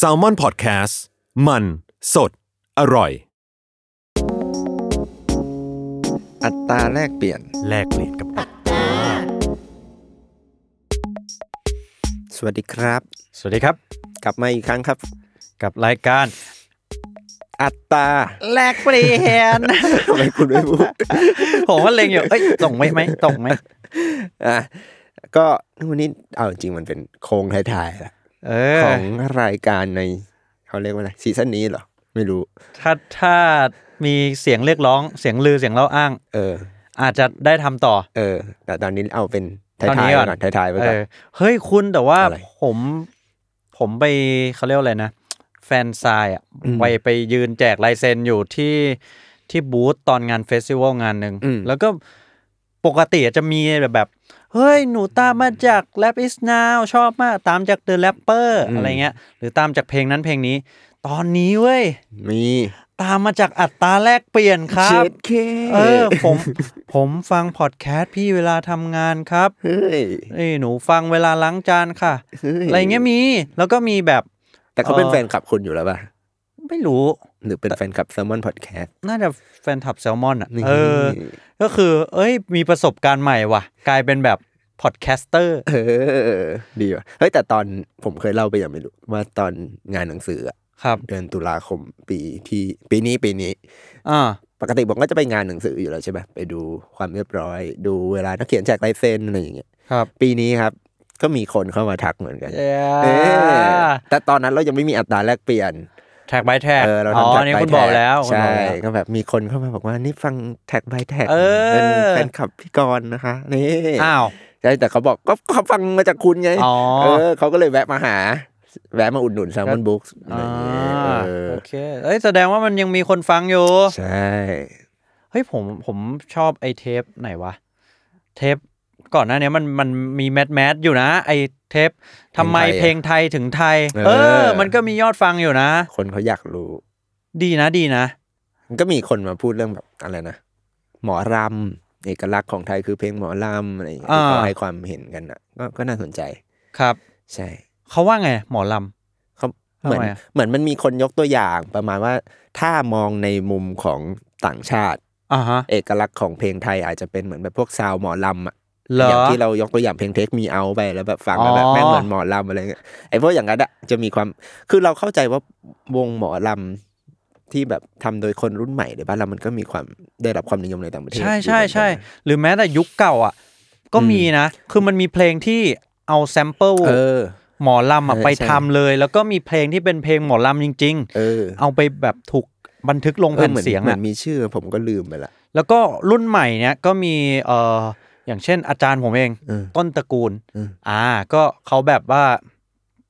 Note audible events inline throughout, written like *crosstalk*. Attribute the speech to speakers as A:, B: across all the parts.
A: s a l m o n PODCAST มันสดอร่อย
B: อัตราแลกเปลี่ยน
A: แลกเปลี่ยนกับ
B: สวัสดีครับ
C: สวัสดีครับ
B: กลับมาอีกครั้งครับ
C: กับรายการ
B: อัตรา *laughs*
C: แลกเปลี่ยน
B: ทำไมคุณไม่พูด *laughs*
C: ผมก็เล็งอยู่เอ้ยตรงไหมไหมตรงไหม
B: อ่ะก็วันนี้เอาจริงๆมันเป็นโครงท้ายๆละ
C: เอ
B: ข
C: อ
B: องรายการในเขาเรียกว่าอะไรซีซั่นนี้เหรอ ไม่รู้
C: ถ้าถ้ามีเสียงเรียกร้องเสียงลือเสียงเล่าอ้าง
B: เออ
C: อาจจะได้ทำต่อ
B: เออ แต่ตอนนี้เอาเป็น
C: ต
B: ท้า
C: อน
B: ย
C: นี้
B: ๆ
C: ก่
B: ไว้
C: อน
B: ก่อนท้ายๆไว้
C: เอ
B: ก่อน
C: อเฮ้ยคุณแต่ว่า
B: อะไร
C: ผม ผมไปเขาเรียกว่าอะไรนะ แฟนซายอ่ะ
B: อืม
C: ไปไปยืนแจกลายเซ็นอยู่ที่ที่บูธตอนงานเฟสติวัลงานหนึ่ง
B: อืม
C: แล้วก็ปกติจะมีแบบ เฮ้ย หนูตามมาจาก Rap is now ชอบมาก ตามจาก The Rapper อะไรเงี้ย หรือตามจากเพลงนั้นเพลงนี้ ตอนนี้เว้ย
B: มี
C: ตามมาจากอัตราแลกเปลี่ยนครั
B: เช็
C: บ
B: ดเค
C: เออผม ผมฟังพอดแคสต์พี่เวลาทำงานครับ
B: เฮ้ย
C: เอ้ยหนูฟังเวลาล้างจานค่ะ
B: เฮ้ย
C: อะไรเงี้ยมี แล้วก็มีแบบ
B: แต่เขาเป็น
C: เออ
B: แฟนคลับคุณอยู่แล้วป่ะ
C: ไม่รู้
B: หรือเป็นแฟนคลับแซมมอนพอดแคสต์
C: น่าจะแฟนทับแซลมอนอ่ะเออ ก็คือ เอ้ย มีประสบการณ์ใหม่ว่ะ กลายเป็นแบบพอดแคสเตอร์
B: เออ ดีว่ะ เฮ้ย แต่ตอนผมเคยเล่าไปอย่างไม่รู้ ว่าตอนงานหนังสืออะ
C: ครับ
B: เดือนตุลาคมปีที่ปีนี้ปีนี้
C: อ่า
B: ปกติผมก็จะไปงานหนังสืออยู่แล้วใช่ไหมไปดูความเรียบร้อย ดูเวลานักเขียนแจกลายเซ็นอะไรอย่างเงี้ย
C: ครับ
B: ปีนี้ครับ ก็มีคนเข้ามาทักเหมือนกันเอ
C: เอ้
B: อย แต่ตอนนั้นเรายังไม่มีอัตราแลกเปลี่ยน
C: แท็กบายแท็ก
B: เออเรา
C: อ๋อ
B: ทำแท็ก
C: นี่
B: ไป
C: คุณบอกแล้วคุณ
B: ใช่
C: บอกแล้ว
B: ก็แบบมีคนเข้ามาบอกว่านี่ฟังแท็กบายแท็ก
C: เออ
B: เป็นแฟนคลับพี่กรณ์นะคะนี่
C: อ้าว
B: ใช่แต่เขาบอกก็เขาฟังมาจากคุณไง
C: อ๋อ
B: เออเขาก็เลยแวะมาหา แวะมาอุดหนุนแซมมอนบุ๊กอะไรอย่างเงี้ย
C: อ่า
B: เออ
C: โอเค เอ้ย แสดงว่ามันยังมีคนฟังอยู่
B: ใช่
C: เฮ้ยผมผมชอบไอเทปไหนวะ เทปก่อนหน้าเนี้ยมันมันมีแมสแมสอยู่นะ ไอเทปทำไม
B: เพ
C: เพ
B: ล
C: ล
B: ง
C: ง
B: ไท
C: ไท
B: ย
C: ย
B: อะ
C: ถึงไทย
B: เอ
C: เอ
B: อ
C: อ มันก็มียอดฟังอยู่นะ
B: คนเขาอยากรู้
C: ดีนะดีนะ
B: มันก็มีคนมาพูดเรื่องแบบอะไรนะ หมอรำเอกลักษณ์ของไทยคือเพลงหมอรำอะไรอย่างเงี้ย
C: อ่า
B: ที่เขาให้ความเห็นกันอ่ะก็ก็น่าสนใจ
C: ครับ
B: ใช่
C: เขาว่าไง หมอล
B: เขาเหมือน
C: ทำไมอะ
B: เหมือนมันมีคนยกตัวอย่างประมาณว่าถ้ามองในมุมของต่างชาติ
C: ำอ่าฮะ
B: เอกลักษณ์ของเพลงไทยอาจจะเป็นเหมือนแบบพวกซาวหมอลำอ่ะ
C: เหรอ
B: อย่างที่เรายกตัวอย่างเพลงเทคมีเอาไปแล้วแบบฟังแล้วแบบ
C: อ๋อ
B: แม่งเหมือนหมอลำอะไรเงี้ยไอ้พวกอย่างนั้นอะจะมีความคือเราเข้าใจว่าวงหมอลำที่แบบทำโดยคนรุ่นใหม่ในบ้านเรามันก็มีความได้รับความนิยมในต่างประเทศ
C: ใช่
B: อยู่
C: ใช่
B: เหมือนกัน
C: ใช่
B: นะ
C: หรือแม้แต่ยุคเก่าอ่ะ ก็มีนะ คือมันมีเพลงที่เอาแซมเปิล
B: เออ
C: หมอลำอะ
B: ใช่
C: ไป
B: ใช่
C: ทำเลย แล้วก็มีเพลงที่เป็นเพลงหมอลำจริง
B: เออ
C: ๆ เอาไปแบบถูกบันทึกลง
B: เออ
C: แผ่น
B: เหมือน
C: เสียง
B: เหมื
C: อะ
B: อนมีชื่อผมก็ลืมไปละ
C: แล้วก็รุ่นใหม่เนี่ยก็มีเอ่ออย่างเช่นอาจารย์ผมเอง
B: เออ
C: ต้นตระกูล
B: เออ
C: อ่า ก็เขาแบบว่า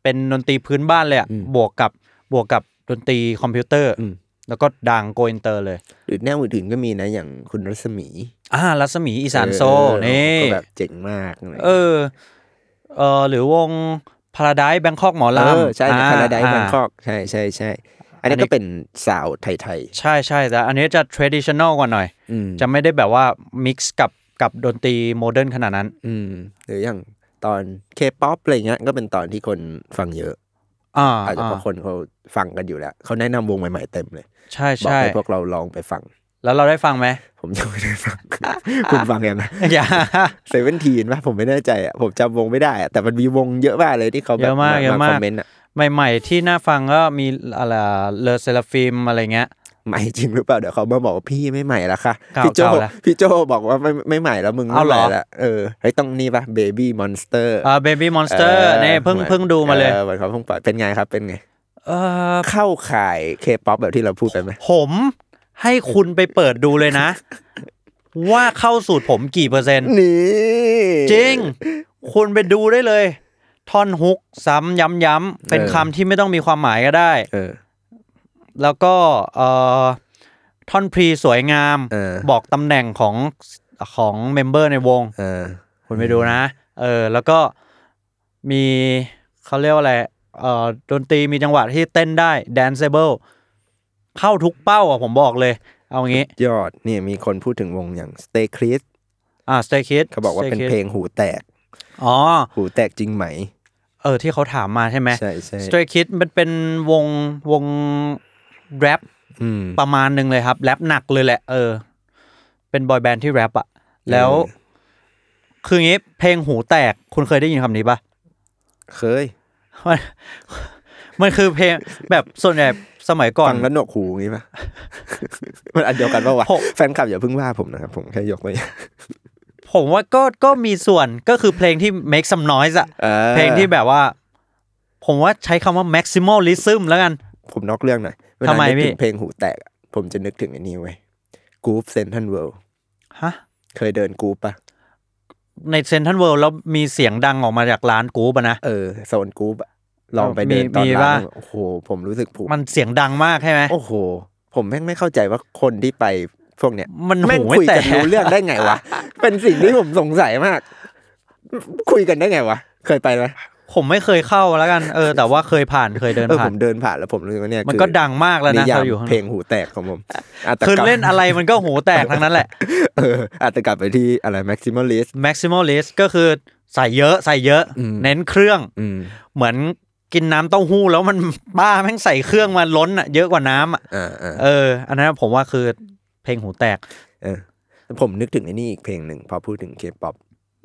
C: เป็นดนตรีพื้นบ้านเลยอะ
B: อืม
C: บวกกับบวกกับดนตรีคอมพิวเตอร์
B: อืม
C: แล้วก็ดังโกอินเตอร์เลย
B: หรือแนวอื่นๆก็มีนะอย่างคุณรัศมี
C: อ่ารัศมีอีสานโซ
B: เออ
C: นี่
B: ก็แบบเจ๋งมากะไร
C: เออเออหรือวงพาราได e ์แบงคอกหมอ
B: เออ
C: ลำ
B: ใช่
C: อ่
B: คาราได
C: า
B: แบงคอกใช่ใช่ใช่อันนี้ก็เป็นสาวไทย
C: ใช่ใช่แต่อันนี้จะ traditional กว่าหน่อย
B: ๆอืม
C: จะไม่ได้แบบว่า mix กับกับดนตรีโมเดิร์นขนาดนั้น
B: อืมหรืออย่างตอนเคป๊อปอะไรเงี้ยก็เป็นตอนที่คนฟังเยอะ
C: อ่า
B: อาจจะเพราะ
C: อ่า
B: คนเขาฟังกันอยู่แล้วเขาแนะนำวงใหม่ๆเต็มเลย
C: ใช่
B: บอก
C: ใช่
B: ให้พวกเราลองไปฟัง
C: แล้วเราได้ฟัง *laughs* ไหม
B: ผมยังไม่ได้ฟัง *laughs* คุณฟังยังนะ
C: อย่า
B: เซเว่นทีนป่ะผมไม่แน่ใจอ่ะผมจำวงไม่ได้อ่ะแต่มันมีวงเยอะมากเลยที่เขาแบบ
C: เยอะมากเยอะมาก
B: คอมเมนต์อ่ะ
C: *laughs* ใหม่ๆที่น่าฟังก็มีอะไรเลอเซลฟิมอะไรเงี้ย
B: ใหม่จริงหรือเปล่าเดี๋ยวเขามาบอกว่าพี่ไม่ใหม่ละค่ะ
C: เก่า
B: พี่โจ
C: เก่าละ
B: พี่โจบอกว่าไม่ไม่ใหม่แล้วมึงไม่
C: เอา
B: ให
C: เหร
B: ม่
C: อ
B: ละเออเฮ้ยต้องนี่ป่ะเบบี้มอนสเตอร์
C: เออเบบี้มอนสเตอร์เนี่ยเพิ่งเพิ่งดูมาเลย
B: วันเขาเพิ่งปล่อยเป็นไงครับเป็นไง
C: เออ
B: เข้าข่ายเคป๊อปแบบที่เราพูดไปไหม
C: ผมให้คุณไปเปิดดูเลย *laughs* นะ ว่าเข้าสูตรผมกี่เปอร์เซ็นต์
B: นี่
C: จริง คุณไปดูได้เลย ท่อนฮุก ซ้ำย้ำๆเป็นคำที่ไม่ต้องมีความหมายก็ได้
B: เออ
C: แล้วก็เอ่อท่อนพรีสวยงาม
B: เออ
C: บอกตำแหน่งของของเมมเบอร์ในวง
B: เออ
C: คุณไปดูนะ เออ แล้วก็มีเขาเรียกว่าอะไร เอ่อ ดนตรีมีจังหวะที่เต้นได้ danceable เข้าทุกเป้าอ่ะผมบอกเลย เอางี้
B: ยอดนี่มีคนพูดถึงวงอย่าง Stay c r i s
C: อ่า stay kids
B: เขาบอกว่า
C: Stray
B: เป็น
C: Kids
B: เพลงหูแตก
C: อ๋อ
B: หูแตกจริงไหม
C: เออ ที่เขาถามมาใช่ไหม
B: ใช่ใช่
C: stray kids มันเป็นวงวงแรป
B: อืม
C: ประมาณหนึ่งเลยครับ แรปหนักเลยแหละ เออ เป็นบอยแบนด์ที่แรปอะแล้ว
B: เออ
C: คืออย่างงี้ เพลงหูแตกคุณเคยได้ยินคำนี้ปะ *laughs*
B: เคย
C: มันมันคือเพลงแบบส่วนใหญ่สมัยก่อน
B: ฟังแล้วหนวกหูอย่าง
C: *laughs*
B: งี้ปะ มันอันเดียวกันปะวะ
C: ผม
B: แฟนคลับอย่าเพิ่งว่าผมนะครับ ผมแค่ยกไว้
C: ผมว่าก็ก็มีส่วนก็คือเพลงที่ make some noise อะ
B: เออ
C: เพลงที่แบบว่า ผมว่าใช้คำว่า maximalism แล้วกัน
B: ผมนอกเรื่องหน่อยเวลา
C: ทำไม
B: นึก
C: พี่
B: ถึงเพลงหูแตกอะผมจะนึกถึงไอันนี้เว้ยกรูฟเซนทันเวิลด์
C: ฮะ
B: เคยเดินกรูฟปะ
C: ในเซนทันเวิลด์แล้วมีเสียงดังออกมาจากร้านกูปะนะ
B: เออโซนกรูฟอะลองไปเดิน
C: มี
B: ตอน
C: มี
B: ร้าน
C: ปะ
B: โอ้โห ผมรู้สึกผูก
C: มันเสียงดังมากใช่ไหม
B: โอ้โห ผมแม่งไม่เข้าใจว่าคนที่ไปพวกเนี้ย
C: มันหู
B: แม่ง
C: ไม่
B: คุย
C: แตก
B: กันรู้เรื่องได้ไงวะ เป็นสิ่งที่ผมสงสัยมาก คุยกันได้ไงวะ เคยไปไหม
C: ผมไม่เคยเข้าแล้วกัน เออ แต่ว่าเคยผ่านเคยเดิน
B: เออ
C: ผ่า
B: ผ
C: น
B: มเดินผ่านแล้วผมรู้สึกว่าเนี่ย
C: มัน
B: คือ
C: ก็ดังมากแล้วนะ
B: ยาม
C: เราอยู่ข้าง
B: เพลงหูแตกของผมอาจจะ
C: คือก
B: บ
C: เล่นอะไรมันก็หูแตกทั้งนั้นแหละ
B: เอออาจจะกลับไปที่อะไร maximalist
C: maximalist ก็คือใส่เยอะใส่เยอะ
B: อืม
C: เน้นเครื่อง
B: อืม
C: เหมือนกินน้ำเต้าหู้แล้วมัน บ้าแม่งใส่เครื่องมาล้นอ่ะเยอะกว่าน้ำอ่ะ
B: อ่าอ่า
C: เออ อันนั้นผมว่าคือเพลงหูแตก
B: เออผมนึกถึงในนี่อีกเพลงหนึ่งพอพูดถึงเคป๊อป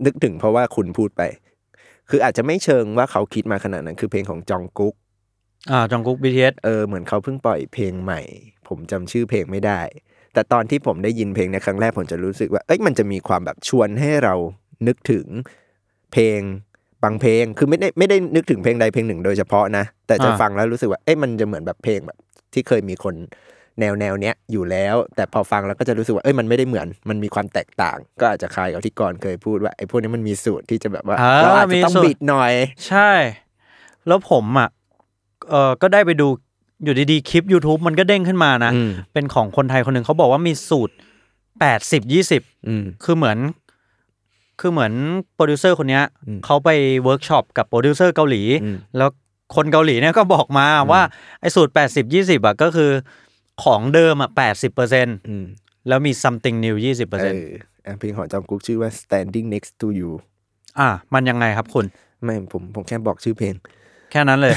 B: นึกถึงเพราะว่าคุณพูดไป คืออาจจะไม่เชิงว่าเขาคิดมาขนาดนั้น คือเพลงของจองกุ๊ก
C: อ่าจองกุ๊ก BTS
B: เออเหมือนเขาเพิ่งปล่อยเพลงใหม่ ผมจำชื่อเพลงไม่ได้ แต่ตอนที่ผมได้ยินเพลงในครั้งแรกผมจะรู้สึกว่าเอ้ยมันจะมีความแบบชวนให้เรานึกถึงเพลงบางเพลงคือไม่ได้ไม่ได้นึกถึงเพลงใดเพลงหนึ่งโดยเฉพาะนะ แต่จะ
C: อ่า
B: ฟังแล้วรู้สึกว่าเอ้ยมันจะเหมือนแบบเพลงแบบ ที่เคยมีคนแนวแนวเนี้ยอยู่แล้ว แต่พอฟังแล้วก็จะรู้สึกว่าเอ้ยมันไม่ได้เหมือนมันมีความแตกต่าง ก็อาจจะคล้ายกับที่ก่อนเคยพูดว่าไอ้พวกนี้มันมีสูตรที่จะแบบว่า
C: อ่า
B: เราอาจจะ
C: มี
B: ต้อง
C: สูตร
B: บิดหน่อย
C: ใช่ แล้วผมอ่ะเออก็ได้ไปดูอยู่ดีๆ คลิป YouTube มันก็เด้งขึ้นมานะ
B: อืม
C: เป็นของคนไทยคนหนึ่งเขาบอกว่ามีสูตร 80 20
B: อืม
C: คือเหมือน คือเหมือนโปรดิวเซอร์คนเนี้ย
B: อืม
C: เขาไปเวิร์กช็อปกับโปรดิวเซอร์เกาหลี
B: อืม
C: แล้วคนเกาหลีเนี่ยก็บอกมาว่าไอ้สูตร 80 20อ่ะก็คือของเดิมอ่ะ80เปอร์เซ็น
B: อืม
C: แล้วมี something new 20เปอร์
B: เอ
C: เซ็น
B: ออ่ะเพลงของจอมกุ๊กชื่อว่า standing next to you
C: อ่ะมันยังไงครับคุณ
B: ไม่ผมผมแค่บอกชื่อเพลง *laughs*
C: แค่นั้นเลย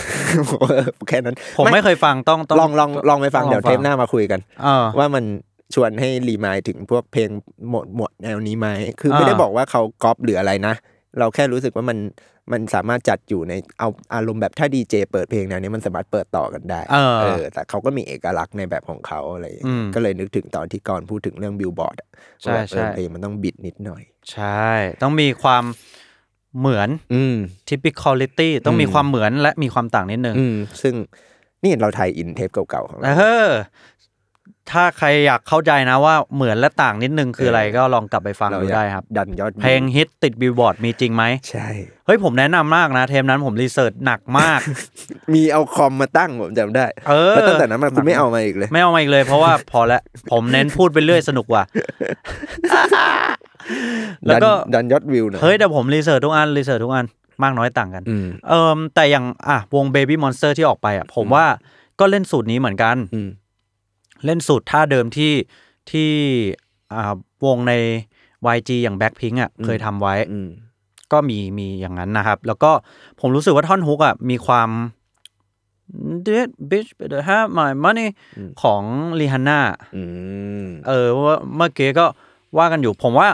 B: แค่นั้น
C: ผมไม่เคยฟังต้องต้อง
B: ลองลองลองไปฟัง
C: ต้
B: เดี๋ยวเทปหน้ามาคุยกัน
C: เออ
B: ว่ามันชวนให้รีมายด์ถึงพวกเพลงหมวดหมวดแนวนี้ไหมคือไม่
C: อ่า
B: ได้บอกว่าเขาก๊อปหรืออะไรนะ เราแค่รู้สึกว่ามันมันสามารถจัดอยู่ในเอาอารมณ์แบบถ้าดีเจเปิดเพลงแนวนี้มันสามารถเปิดต่อกันได้
C: เออ
B: แต่เขาก็มีเอกลักษณ์ในแบบของเขาอะไรอย่างเงี้ย
C: อืม
B: ก็เลยนึกถึงตอนที่ก่อนพูดถึงเรื่องบิลบอร์ดอะ
C: ใช่
B: ว่าแบบเออ
C: ใช่
B: เพลงมันต้องบิดนิดหน่อย
C: ใช่ ต้องมีความเหมือน
B: อืม
C: typicality ต้องมีความเหมือนและมีความต่างนิดนึง
B: อืมซึ่งนี่เราไทยอินเทปเก่าๆของเรา
C: เออ ถ้าใครอยากเข้าใจนะว่าเหมือนและต่างนิดนึงคืออะไร
B: เออ
C: ก็ลองกลับไปฟังดูได้ครับ
B: ดันยอดวิว
C: เพลงฮิตติดบิลบอร์ดมีจริงไหม
B: ใช่
C: เฮ้ยผมแนะนำมากนะ เทมนั้นผมรีเสิร์ชหนักมาก
B: มีเอาคอมมาตั้งผมจำได้
C: เออ
B: แล้วตั้งแต่นั้นมาคุณไม่เอามาอีกเลย
C: ไม่เอามาอีกเลยเพราะว่าพอละผมเน้นพูดไปเรื่อยสนุกว่ะ แล้วก็
B: ดันดันยอดวิวหน่อย
C: เฮ้ยแต่ผมรีเสิร์ชทุกอันรีเสิร์ชทุกอันมากน้อยต่างกัน
B: อืม
C: เอิมแต่อย่างอ่ะวง Baby Monster ที่ออกไปอ่ะ ผมว่าก็เล่นสูตรนี้เหมือนกัน
B: อืม
C: เล่นสูตรท่าเดิมที่ที่อ่าวงใน YG อย่าง Blackpink อ่ะเคยทำไว้
B: อืม
C: ก็มีมีอย่างนั้นนะครับ แล้วก็ผมรู้สึกว่าท่อนฮุกอ่ะมีความ Dead bitch better have my money
B: อืม
C: ของลีฮันน่า
B: อืม
C: เออว่าเมื่อกี้ก็ว่ากันอยู่ ผมว่า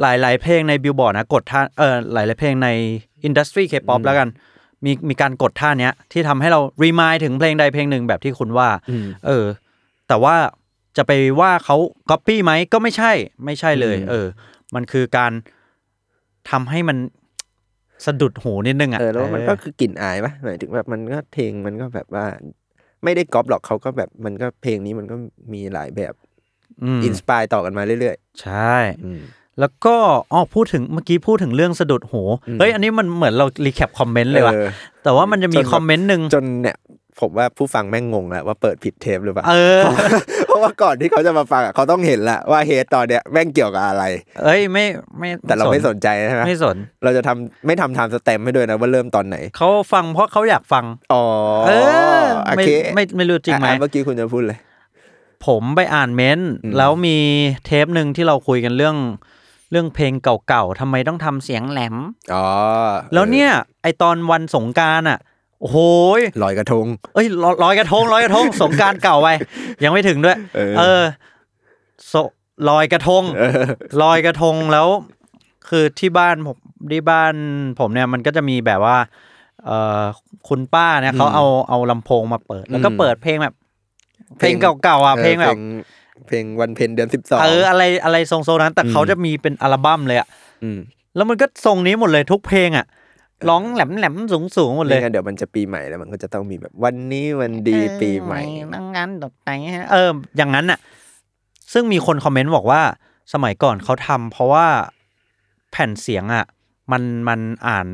C: หลาย ๆ เพลงในบิลบอร์ดนะกดท่าเออหลาย ๆ เพลงในอินดัสทรีเคป๊อปแล้วกัน มีมีการกดท่าเนี้ย ที่ทำให้เรารีมายถึงเพลงใดเพลงหนึ่งแบบที่คุณว่า
B: อืม
C: เออ แต่ว่าจะไปว่าเขาก๊อปปี้ไหมก็ไม่ใช่ ไม่ใช่เลย
B: อืม
C: เออ มันคือการทำให้มัน สะดุดหูนิดนึงอ่ะ
B: เออแล้วมันก็
C: เออ
B: คือกลิ่นอายปะหมายถึงแบบมันก็เพลงมันก็แบบว่า ไม่ได้ก๊อปหรอกเขาก็แบบมันก็เพลงนี้มันก็มีหลายแบบ
C: อืม
B: อินสปายต่อกันมาเรื่อย
C: ใช่
B: ๆอืม
C: แล้วก็อ๋อพูดถึงเมื่อกี้พูดถึงเรื่องสะดุดหูเฮ้ยอันนี้มันเหมือนเรารีแคปคอมเมนต์เลยว่ะ
B: เออ
C: แต่ว่ามันจะมี
B: จนแบบ
C: คอมเมนต์หนึ่ง
B: จนเนี่ยผมว่าผู้ฟังแม่งงงแล้วว่าเปิดผิดเทปหรือเปล่า
C: เออ
B: เพรา *laughs* ะว่าก่อนที่เขาจะมาฟังอะเขาต้องเห็นละว่าเฮดตอนเนี้ยแม่งเกี่ยวกับอะไร
C: เอ้ยไม่ไม่
B: แต่เราไม่สนใจใช่ไหม
C: ไม่สน
B: เราจะทำไม่ทำไทม์สแตมป์ให้ด้วยนะว่าเริ่มตอนไหน
C: เขาฟังเพราะเขาอยากฟัง
B: อ๋อ
C: เออ
B: โอ
C: ไม่
B: เค
C: ไม่ไม่รู้จริงไหม
B: อ่ะอ่ะเมื่อกี้คุณจะพูดเลย
C: ผมไปอ่านเม้นต์
B: อืม
C: แล้วมีเทปหนึ่งที่เราคุยกันเรื่อง เรื่องเพลงเก่าๆทำไมต้องทำเสียงแหลม
B: อ๋อ
C: แล้วเนี่ย ไอตอนวันสงกรารอ่ะ โอ้โหย
B: ลอยกระทง
C: เอ้ยลลอยกระทงลอยกระทง *laughs* สงกรารเก่าไป ยังไม่ถึงด้วย
B: เออ
C: เออโซลอยกระทง
B: เออ
C: ลอยกระทงแล้ว คือที่บ้านผมที่บ้านผมเนี่ยมันก็จะมีแบบว่า เออคุณป้าเนี่ยเขาเอาเอาลำโพงมาเปิด แล้วก็
B: อืม
C: เปิดเพลงแบบ เพ
B: เพล
C: ล
B: ง
C: งเก่าๆ *laughs* อ่ะเพลงแบบ
B: เพลงวันเพ็ญเดือนสิบสอง
C: เอออะไรอะไรทรงๆนั้น แต่
B: อืม
C: เขาจะมีเป็นอัลบั้มเลยอะ
B: ม
C: แล้วมันก็ทรงนี้หมดเลยทุกเพลงอะร้องแหลมแหลมสูงสูงๆหมดเล
B: ไม่
C: ย
B: งั้นเดี๋ยวมันจะปีใหม่แล้วมันก็จะต้องมีแบบวันนี้วันดีปีใหม่
C: งงานตกใจฮะเออ อย่างนั้นอะซึ่งมีคนคอมเมนต์บอกว่า สมัยก่อนเขาทำเพราะว่าแผ่นเสียงอะมันมันอ่าน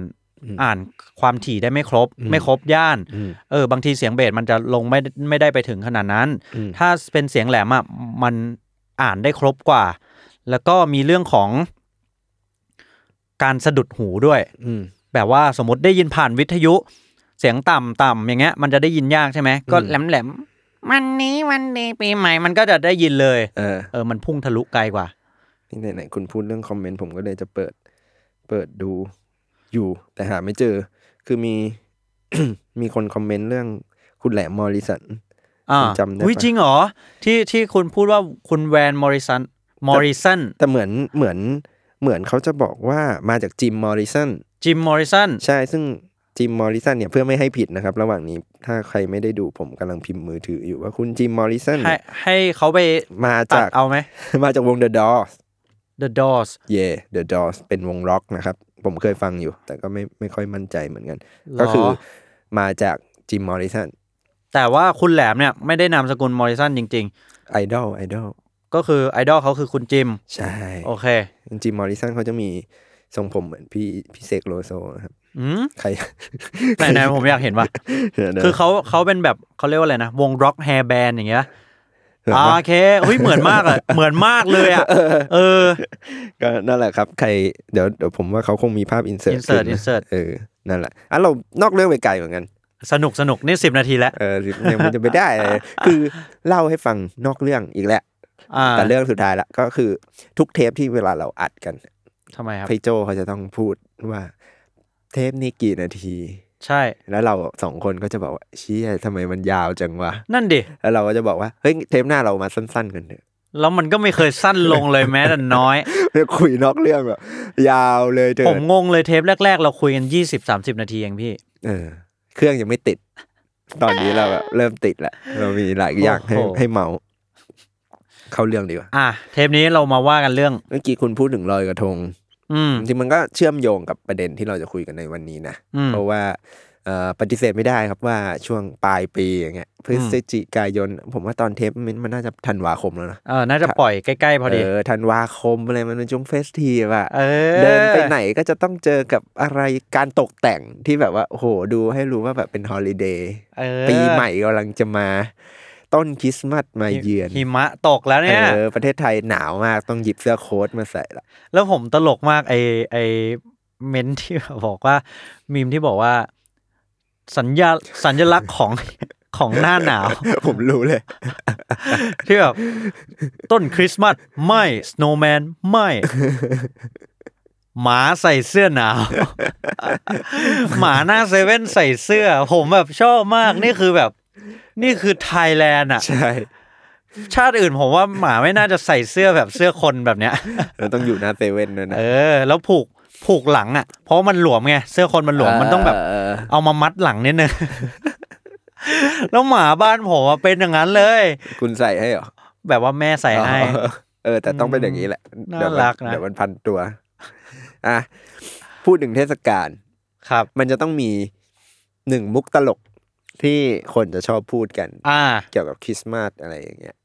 B: อืม
C: อ่านความถี่ได้ไม่ครบ
B: อืม
C: ไม่ครบย่าน
B: อืม
C: เออบางทีเสียงเบสมันจะลงไม่ไม่ได้ไปถึงขนาดนั้น
B: อืม
C: ถ้าเป็นเสียงแหลมอ่ะมันอ่านได้ครบกว่า แล้วก็มีเรื่องของการสะดุดหูด้วย
B: อืม
C: แบบว่าสมมติได้ยินผ่านวิทยุ เสียงต่ำต่ำอย่างเงี้ย มันจะได้ยินยากใช่ไหมก็
B: อืม
C: แหลมแหลมๆวันนี้วันนี้ปีใหม่มันก็จะได้ยินเลย
B: เออ
C: เออมันพุ่งทะลุไกลกว่า
B: นี่ไหนๆคุณพูดเรื่องคอมเมนต์ผมก็เลยจะเปิด เปิดดูอยู่แต่หาไม่เจอ คือมี *coughs* มีคนคอมเมนต์เรื่องคุณแหลมมอริสัน
C: อ่า
B: ผมจำได้
C: อุ๊ย
B: ปะ
C: จริงเหรอที่ที่คุณพูดว่าคุณแวนมอริสันมอริสัน
B: แต่เหมือนเหมือนเหมือนเขาจะบอกว่ามาจากจิมมอริสัน
C: จิมมอริสัน
B: ใช่ซึ่งจิมมอริสันเนี่ยเพื่อไม่ให้ผิดนะครับ ระหว่างนี้ถ้าใครไม่ได้ดูผมกำลังพิมพ์มือถืออยู่ว่าคุณจิมมอริสัน
C: ให้ให้เขาไป
B: มา
C: ตัด
B: จาก
C: เอาไหม
B: *laughs* มาจากวง The Doors
C: The Doors
B: เย่ The Doors เป็นวงร็อกนะครับ ผมเคยฟังอยู่ แต่ก็ไม่ไม่ค่อยมั่นใจเหมือนกัน ก็
C: เหร
B: คือมาจากจิมมอริสัน
C: แต่ว่าคุณแหลมเนี่ยไม่ได้นามสกุลมอริสันจริง
B: ไอดอลไอดอล
C: ๆ ก็คือไอดอลเขาคือคุณจิม
B: ใช่
C: โอเค
B: จิมมอริสันเขาจะมีทรงผมเหมือนพี่พี่เสกโลโซนะครับ
C: อืม
B: ใคร
C: ไหนๆผมอยากเห็นว่า
B: เดี๋ยวนะ
C: คือเขาเขาเป็นแบบเขาเรียกว่าอะไรนะ วงร็อกแฮร์แบนอย่างเงี้ย
B: เดี๋ยว
C: อ่า
B: นะ
C: โอเคเฮ้ยเหมือนมากอะเหมือนมากเลยอะเออ
B: ก็นั่นแหละครับใครเดี๋ยวเดี๋ยวผมว่าเขาคงมีภาพอินเสิร์ต
C: insert insert
B: เออนั่นแหละอ่ะเรานอกเรื่องไปไกลเหมือนกัน
C: สนุกสนุกนี่สิบนาทีแล้ว
B: เออยังมันจะไปได้ *laughs* เลย คือเล่าให้ฟังนอกเรื่องอีกแหละ
C: อ่า
B: แต่เรื่องสุดท้ายละก็คือทุกเทปที่เวลาเราอัดกัน
C: ทำไมครับ
B: พี่โจเขาจะต้องพูดว่า เทปนี้กี่นาที
C: ใช่
B: แล้วเราสองคนก็จะบอกว่าเชี่ยทำไมมันยาวจังวะ
C: นั่นดิ
B: แล้วเราก็จะบอกว่าเฮ้ยเทปหน้าเรามาสั้นๆกันเถอะ
C: แล้วมันก็ไม่เคยสั้นลงเลยแม้แต่น้อย
B: เรื่องคุยนอกเรื่องแบบยาว *laughs* เลยเถ
C: ผ
B: อะ
C: มงงเลยเทปแรก ๆ เราคุยกัน 20-30 นาทีเองพี่
B: เออ เครื่องยังไม่ติด ตอนนี้เรา
C: *laughs*
B: แบบเริ่มติดละเรามีหลายอย่างให้
C: โอ้โห
B: ให้เมาส์เข้าเรื่องดีกว่า
C: อ่ะเทปนี้เรามาว่ากันเรื่อง
B: เมื่อกี้คุณพูดถึงลอยกระทง
C: อืม
B: จริงๆมันก็เชื่อมโยงกับประเด็นที่เราจะคุยกันในวันนี้นะ
C: อืม
B: เพราะว่าเอ่อปฏิเสธไม่ได้ครับว่าช่วงปลายปีอย่างเงี้ยพฤศจิกายน ผมว่าตอนเทปมันมันน่าจะธันวาคมแล้วนะ
C: เออ น่าจะปล่อยใกล้ ๆ พอดี
B: เออธันวาคมอะไรมันเป็นช่วงเฟสทีฟอะ
C: เออ
B: เดินไปไหนก็จะต้องเจอกับอะไรการตกแต่งที่แบบว่าโอ้โหดูให้รู้ว่าแบบเป็นฮอลิเดย์
C: เออ
B: ปีใหม่กำลังจะมา ต้นคริสต์มาสมาเยือน
C: หิมะตกแล้วเนี่ย
B: เออประเทศไทยหนาวมากต้องหยิบเสื้อโค้ทมาใส่ *laughs* ละ
C: แล้วผมตลกมากไอไอเมนที่บอกว่ามีมที่บอกว่า สัญญาสัญลักษณ์ของ ของหน้าหนาว
B: ผมรู้
C: *laughs*
B: เลย
C: ที่แบบต้นคริสต์มาสไม่สโนว์แมนไม่ *laughs* หมาใส่เสื้อหนาว *laughs* หมาหน้าเซเว่นใส่เสื้อ ผมแบบชอบมากนี่คือแบบ นี่คือไทยแลนด์อ่ะ
B: ใช่
C: ชาติอื่นผมว่าหมาไม่น่าจะใส่เสื้อแบบเสื้อคนแบบเนี้ย
B: เราต้องอยู่หน้าเซเว่นด้วยนะ
C: เออ แล้วผูกผูกหลังอ่ะ เพราะมันหลวมไงเสื้อคนมันหลวมมันต้องแบบ
B: เอ
C: เอามามัดหลังนิดนึง *laughs* แล้วหมาบ้านผมอะเป็นอย่างนั้นเลย
B: คุณใส่ให้เหรอ
C: แบบว่าแม่ใส่ให้
B: เออเออ แต่ต้องเป็นอย่างนี้แหละ
C: น่า
B: เดี๋ยวมั
C: รักนะ
B: เดี๋ยวมันพันตัวอ่ะพูดถึงเทศกาล
C: ครับ
B: มันจะต้องมีหนึ่งมุกตลกที่คนจะชอบพูดกัน
C: อ่า
B: เกี่ยวกับคริสต์มาสอะไรอย่างเงี้ย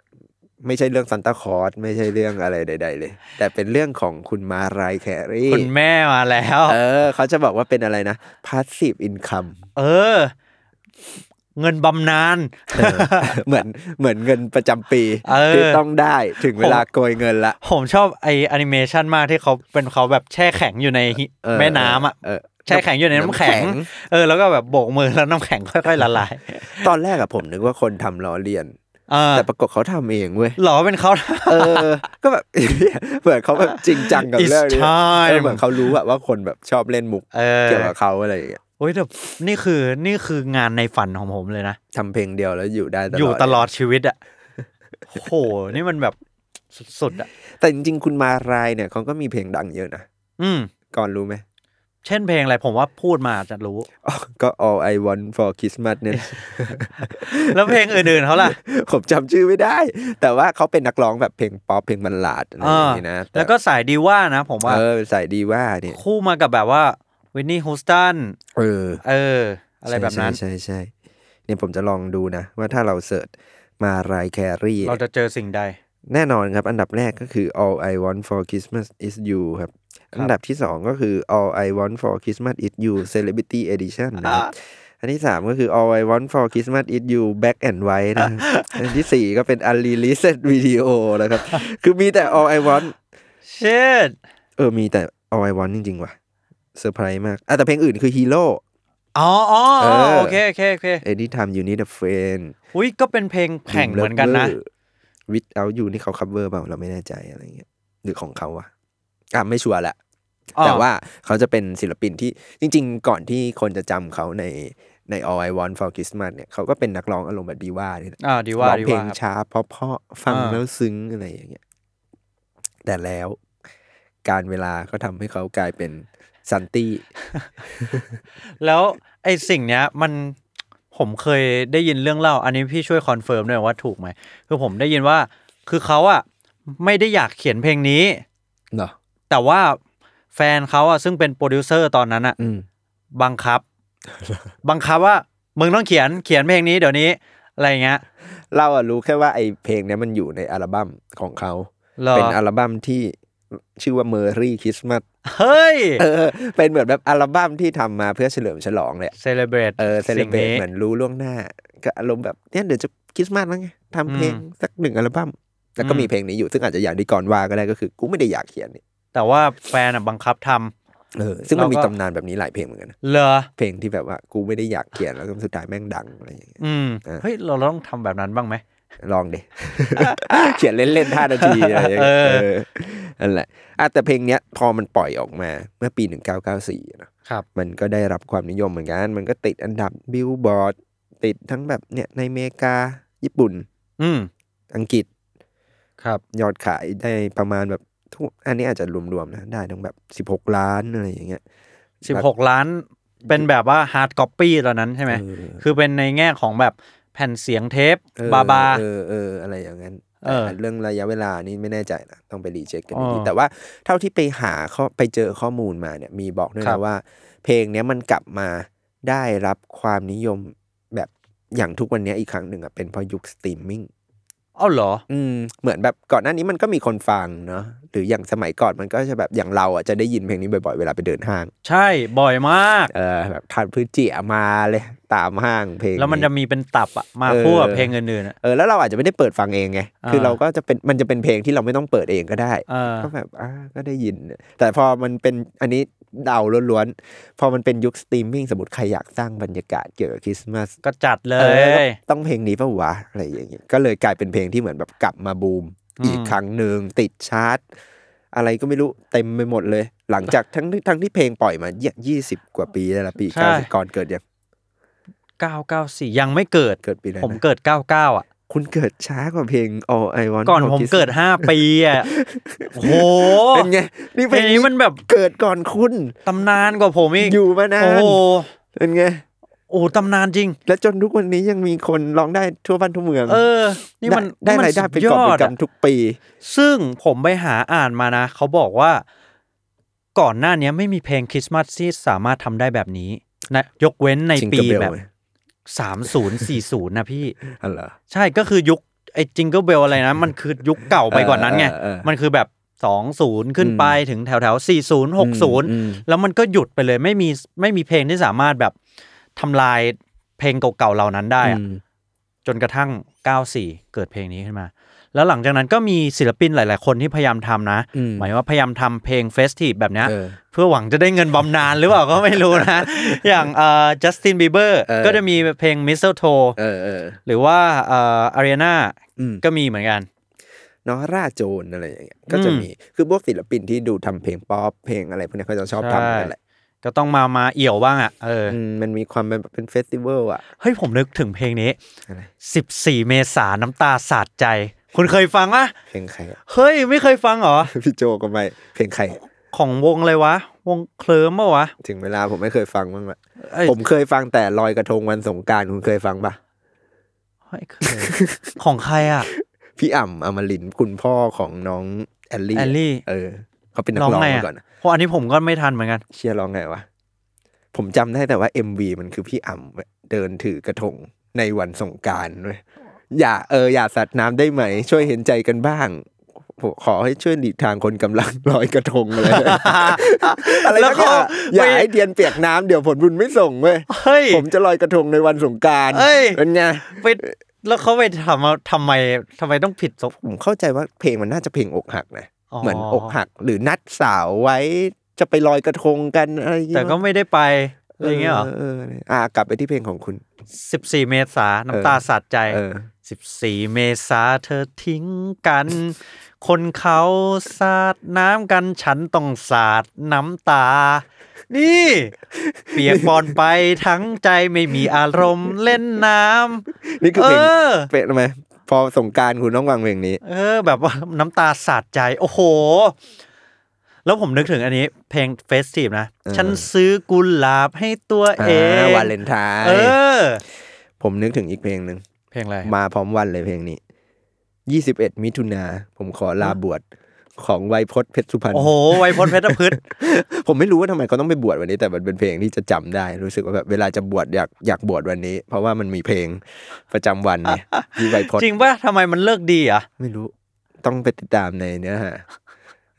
B: ไม่ใช่เรื่องซันตาคลอสไม่ใช่เรื่องอะไรใด ๆ เลย แต่เป็นเรื่องของคุณมารายแครี
C: คุณแม่มาแล้ว
B: เออ เขาจะบอกว่าเป็นอะไรนะ passive income
C: เออ เงินบำนาญ
B: เออ
C: *laughs*
B: เหมือนเหมือนเงินประจำปี
C: เออ
B: ที่ต้องได้ถึงเวลาโกยเงินละ
C: ผมชอบไอแอนิเมชันมากที่เขาเป็นเขาแบบแช่แข็งอยู่ในหิ
B: เออ
C: แม่น้ำอ่ะ
B: เออ
C: แช่แข็งอยู่ในน้ำแข็ง เออ แล้วก็แบบโบกมือแล้วน้ำแข็งค่อยๆละลาย
B: ตอนแรกอะผมนึกว่าคนทำล้อเลียน
C: เอ
B: *laughs*
C: อ
B: แต่ปรากฏเขาทำเองเว้ย
C: หรอเป็นเขา
B: เออ ก็แบบ *laughs* เหมือนเขาแบบจริงจังกับ
C: It's
B: เรื่องนี้
C: time
B: เออเหมือนเขารู้อะว่าคนแบบชอบเล่นมุก
C: เออ
B: เกี่ยวกับเขาอะไรอย่างเงี้ย
C: โอ้ยแต่นี่คือนี่คืองานในฝันของผมเลยนะ
B: ทำเพลงเดียวแล้วอยู่ได้ตลอด
C: อยู่ตลอดชีวิตอ่ะ โห นี่มันแบบสุดๆอ่ะ
B: แต่จริงๆ คุณมารายเนี่ยเขาก็มีเพลงดังเยอะนะ
C: อืม
B: ก่อนรู้ไหม
C: เช่นเพลงอะไรผมว่าพูดมาจะรู้
B: อ๋อก็ all I want for Christmas เนี่ย
C: แล้วเพลงอื่นๆเขาล่ะ
B: *laughs* ผมจำชื่อไม่ได้ แต่ว่าเขาเป็นนักร้องแบบเพลงป๊อปเพลงบัลลาดอะไรอย่างนี้นะต่
C: แล้วก็สายดีว่านะ ผมว่า
B: เออใส่ดีว่าเนี่ย
C: คู่มากับแบบว่าวินนี่ฮูสตัน
B: เออ
C: เออ อะไรแบบนั้น
B: ใช่ใช่ใช่ใช่เนี่ยผมจะลองดูนะ ว่าถ้าเราเสิร์ชมารายแครี
C: เราจะเจอสิ่งใด
B: แน่นอนครับ อันดับแรกก็คือ all I want for Christmas is you ครับ อันดับที่สองก็คือ all I want for Christmas is you celebrity edition *laughs* นะครับอันที่สามก็คือ all I want for Christmas is you black and white *laughs* นะครับอันที่สี่ก็เป็น unreleased video นะครับ คือมีแต่ all I want
C: เชิด
B: เออมีแต่ all I want จริง ๆ ว่ะเซอร์ไพรส์มากอ่ะแต่เพลงอื่นคือ hero
C: อ๋ออ๋ออ๋อ
B: เออ
C: โอเคโอเคโอเค
B: anytime you need a friend
C: อุ้ยก็เป็นเพลงแข่งเหมือนกันนะ
B: วิดเอาอยู่นี่เขาคัฟเวอร์เปล่าเราไม่แน่ใจอะไรเงี้ยหรือของเขาอะอ่ะไม่ชัวร์ละ
C: อ๋อ
B: แต่ว่าเขาจะเป็นศิลปินที่จริง ๆ ก่อนที่คนจะจำเขาในใน All I Want for Christmas เนี่ยเขาก็เป็นนักร้องอารมณ์แบบดีว่าเนี่ยแหละ
C: อ่าดีว่า
B: ร้อง
C: ดี
B: เพล
C: ว่าง ครับ
B: ช้าเพราะๆฟัง
C: อ่า
B: แล้วซึ้งอะไรอย่างเงี้ยแต่แล้วการเวลาก็ทำให้เขากลายเป็นซันตี้
C: แล้วไอสิ่งเนี้ยมันผมเคยได้ยินเรื่องเล่า อันนี้พี่ช่วยคอนเฟิร์มหน่อยว่าถูกไหมคือผมได้ยินว่าคือเขาอะไม่ได้อยากเขียนเพลงนี้
B: เนาะ
C: แต่ว่าแฟนเขาอะซึ่งเป็นโปรดิวเซอร์ตอนนั้นอะ
B: อืม
C: บังคับ บังคับว่ามึงต้องเขียนเขียนเพลงนี้เดี๋ยวนี้อะไรเงี้ย
B: เราอะรู้แค่ว่าไอเพลงเนี้ยมันอยู่ในอัลบั้มของเขา
C: หรอ
B: เป็นอัลบั้มที่ชื่อว่า Merry Christmas
C: เฮ้ย
B: เออ เป็นเหมือนแบบอัลบั้มที่ทำมาเพื่อเฉลิมฉลองเลยอะ
C: เซเลบรต
B: เออเซเลบรตเหมือนรู้ล่วงหน้า ก็อารมณ์แบบเนี่ยเดี๋ยวจะคริสต์มาสแล้วไงทำเพลงสักหนึ่งอัลบั้มแล้วก็มีเพลงนี้อยู่ ซึ่งอาจจะอย่างที่ก่อนว่าก็ได้ก็คือ กูไม่ได้อยากเขียนนี่
C: แต่ว่าแฟนอะบังคับทำ
B: เออซึ่งมันมี
C: เราก็
B: ตำนานแบบนี้หลายเพลงเหมือนกันนะ
C: เหรอ
B: เพลงที่แบบว่ากูไม่ได้อยากเขียนแล้วก็สุดท้ายแม่งดังอะไรอย่างเงี้ย
C: อืม
B: เออ
C: เฮ้ยเราต้องทำแบบนั้นบ้างไหม
B: ลองดิ *laughs* เขียนเล่นๆท่านาทีอะไรอย่างเงี้ย
C: เออ
B: เออนั่นแหละอ่ะแต่เพลงเนี้ยพอมันปล่อยออกมาเมื่อปี 1994เนอะ
C: ครับ
B: มันก็ได้รับความนิยมเหมือนกัน มันก็ติดอันดับบิลบอร์ดติดทั้งแบบเนี่ยในอเมริกา ญี่ปุ่น
C: อืม
B: อังกฤษ
C: ครับ
B: ยอดขายได้ประมาณแบบทุกอันนี้อาจจะรวมๆนะ ได้ทั้งแบบ 16 ล้านอะไรอย่างเงี้ย
C: สิบหกล้านเป็นแบบว่าฮาร์ดคอปปี้ตอนนั้นใช่ไหม
B: เออ
C: คือเป็นในแง่ของแบบแผ่นเสียงเทป
B: เออบ
C: าบา
B: เออเอออะไรอย่างนั้น
C: เออ
B: แต่เรื่องระยะเวลานี่ไม่แน่ใจนะ ต้องไปรีเช็คกัน
C: อ๋
B: ดี
C: อ
B: ๆแต่ว่าเท่าที่ไปหาข้อไปเจอข้อมูลมาเนี่ยมีบอกด้วย
C: ครั
B: นะ
C: บ
B: ว่า เพลงเนี้ยมันกลับมาได้รับความนิยมแบบอย่างทุกวันเนี้ยอีกครั้งหนึ่งอ่ะเป็นเพราะยุคสตรีมมิ่ง
C: เอ้าเหรอ
B: อืมเหมือนแบบก่อนหน้านี้มันก็มีคนฟังเนาะหรืออย่างสมัยก่อนมันก็จะแบบอย่างเราอ่ะจะได้ยินเพลงนี้บ่อยๆ เวลาไปเดินห้าง
C: ใช่บ่อยมาก
B: เออแบบทานพื้นจีอะมาเลยตามห้างเพลง
C: แล้วมันจะมีเป็นตับอะมา
B: เออ
C: คู่กับเพลงอื่นๆอะ
B: เออแล้วเราอาจจะไม่ได้เปิดฟังเองไง
C: อ่า
B: คือเราก็จะเป็นมันจะเป็นเพลงที่เราไม่ต้องเปิดเองก็ได้
C: เออ
B: ก็แบบอ่าก็ได้ยิน แต่พอมันเป็นอันนี้เดาล้วนๆพอมันเป็นยุคสตรีมมิ่งสมมติใครอยากสร้างบรรยากาศเกี่ยวกับคริสต์มาส
C: ก็จัดเล
B: เออก็
C: ย
B: ต้องเพลงนี้ปะวะอะไรอย่างเงี้ยก็เลยกลายเป็นเพลงที่เหมือนแบบกลับมาบูม
C: อืม
B: อีกครั้งหนึ่งติดชาร์ตอะไรก็ไม่รู้เต็มไปหมดเลย หลังจากทั้งทั้งที่เพลงปล่อยมายี่สิบกว่าปีแล้วละปี
C: ใช่
B: เก้าสิบก่อนเกิดยัง
C: 994 ยังไม่เกิด
B: เกิดปีอะไร
C: ผม
B: นะ
C: เกิด 99 อ่ะ
B: คุณเกิดช้ากว่าเพลง All I Want
C: ก่อน
B: for
C: ผม
B: Christmas
C: เกิด 5 ปี
B: *laughs*
C: อ่ะ โอ้โห
B: เป็นไงนี่
C: เพล
B: เป็
C: ง
B: น
C: นี้มันแบบ
B: เกิดก่อนคุณ
C: ตำนานกว่าผมอีก
B: อยู่มานาน
C: โอ้โห
B: เป็นไง
C: โอ้โหตำนานจริง
B: และจนทุกวันนี้ยังมีคนร้องได้ทั่วบ้านทั่วเมือง
C: เออ นี่มัน
B: ได้
C: นี่มัน
B: รายได้เป็น
C: สุ
B: กอบเป็น
C: ดยดะ
B: กำทุกปี
C: ซึ่งผมไปหาอ่านมานะ เขาบอกว่าก่อนหน้าเนี้ยไม่มีเพลงคริสต์มาสที่สามารถทำได้แบบนี้นะยกเว้นใน
B: Jingle
C: ปี
B: Bell
C: แบบ
B: ไหม
C: สามศูนย์สี่ศูนย์นะพี่
B: อ๋อเหรอ
C: ใช่ก็คือยุค ไอ้จิงเกิลเบลอะไรนะ มันคือยุคเก่าไปกว่านั้นไง
B: เออเออเออ
C: มันคือแบบ 20 ขึ้นไปถึงแถวแถวๆ40
B: อืม
C: 60 แล้วมันก็หยุดไปเลยไม่มีไม่มีเพลงที่สามารถแบบทำลายเพลงเก่าๆเหล่านั้นได้อะ
B: อืม
C: จนกระทั่ง 94 เกิดเพลงนี้ขึ้นมา แล้วหลังจากนั้นก็มีศิลปินหลาย ๆ คนที่พยายามทำนะ
B: อืม
C: หมายว่าพยายามทำเพลงเฟสทีฟแบบเนี้ย
B: เออ
C: เพื่อหวังจะได้เงินบำนาญหรือเปล่าก็ไม่รู้นะ *laughs* อย่างเอ่อจัสตินบีเบอร์
B: เออ
C: ก็จะมีเพลง Mistletoe
B: เออเออ
C: หรือว่าเอ่ออารีนา
B: อืม
C: ก็มีเหมือนกัน
B: นอร่าโจนอะไรอย่างเงี้ยก็จะมีคือพวกศิลปินที่ดูทำเพลงป๊อปเพลงอะไรพวกเนี้ยเขาจะชอบทำกันแหละ
C: ก็ต้องมามาเอี่ยวบ้างอ่ะเอออ
B: อืมมันมีความเป็นเป็นเฟสติวัลอ่ะ
C: เฮ้ยผมนึกถึงเพลงนี้
B: อะไร
C: 14 เมษาน้ำตาสาดใจ คุณเคยฟังปะ
B: เพลงใครอะ
C: เฮ้ยไม่เคยฟังเหรอ
B: พี่โจก็ไม่เพลงใครอะ
C: ของวงเลยวะ วงเคลิ้มปะวะ
B: ถึงเวลาผมไม่เคยฟังมันละ
C: เอ้ย
B: ผมเคยฟังแต่ลอยกระทงวันสงกรารคุณเคยฟังปะ
C: ไม่เคย *laughs* ของใครอ่ะ
B: พี่อ่ำอมรินทร์คุณพ่อของน้องแอลลี่
C: แอลลี่
B: เออ เขาเป็นนัก
C: ร้อง
B: ร้อง
C: ไง
B: มา
C: อ่ะ
B: ก่อนอะ
C: เพราะอันนี้ผมก็ไม่ทันเหมือน
B: *laughs*
C: กัน
B: เชียร์ร้องไงวะผมจำได้แต่ว่า MV มันคือพี่อ่ำเว้ยเดินถือกระทงในวันสงกรารด้วยอย่าเอออย่าสัตว์น้ำได้ไหม ช่วยเห็นใจกันบ้างผมขอให้ช่วยหลีกทางคนกำลังลอยกระทงเลย อะไร
C: แล้
B: แล้ว ว
C: เขา
B: ก็อย่า
C: ไป
B: ให้เดียนเปียกน้ำเดี๋ยวผลบุญไม่ส่งเว้ย
C: เฮ้ย
B: ผมจะลอยกระทงในวันสงกราร
C: เอ้ย
B: เป็นไง
C: ไปแล้วเขาไปทำเอาทำไมทำไมต้องผิดศพ
B: ผมเข้าใจว่าเพลงมันน่าจะเพลงอกหักนะ
C: อ๋อ
B: เหมือนอกหักหรือนัดสาวไว้จะไปลอยกระทงกันอะไรอย่างเงี้ย
C: แต่ก็ไม่ได้ไป อะไรอย่างเงี้ยเหรอ
B: เออเอออ่ะกลับไปที่เพลงของคุณ
C: สิบสี่เมษาน้ำตาสาดใจ
B: เออ
C: สิบสี่เมษาเธอทิ้งกัน *laughs* คนเขาสาดน้ำกันฉันต้องสาดน้ำตา นี่ เปียกบอลไปทั้งใจไม่มีอารมณ์เล่นน้ำ
B: นี่คือเพลง
C: เออ
B: เป็นทำไมพอสงกรารคุณต้องฟังเพลงนี้
C: เออแบบว่า *laughs* น้ำตาสาดใจ โอ้โห แล้วผมนึกถึงอันนี้ เพลงเฟสทีฟนะ
B: เออ
C: ฉันซื้อกุหลาบให้ตัวเอ
B: อ่าง วาเลนไทน์
C: เออ
B: ผมนึกถึงอีกเพลงหนึ่ง
C: เพลงอะไร
B: มาพร้อมวันเลยเพลงนี้ 21 มิถุนาผมขอลาบวชของไวยพจน์เพชรสุพรรณ
C: โอ้โห ไวยพจน์เพชรพฤ
B: *laughs*
C: ษ
B: ผมไม่รู้ว่าทำไมเขาต้องไปบวชวันนี้แต่มันเป็นเพลงที่จะจำได้รู้สึกว่าแบบเวลาจะบวชอยากอยากบวชวันนี้ เพราะว่ามันมีเพลงประจำวัน
C: *laughs*
B: เนี่ย ที่ไวพจ
C: จริ
B: น์
C: งป่ะทำไมมันเลิกดีอ่ะ
B: ไม่รู้ต้องไปติดตามในเนื้อหา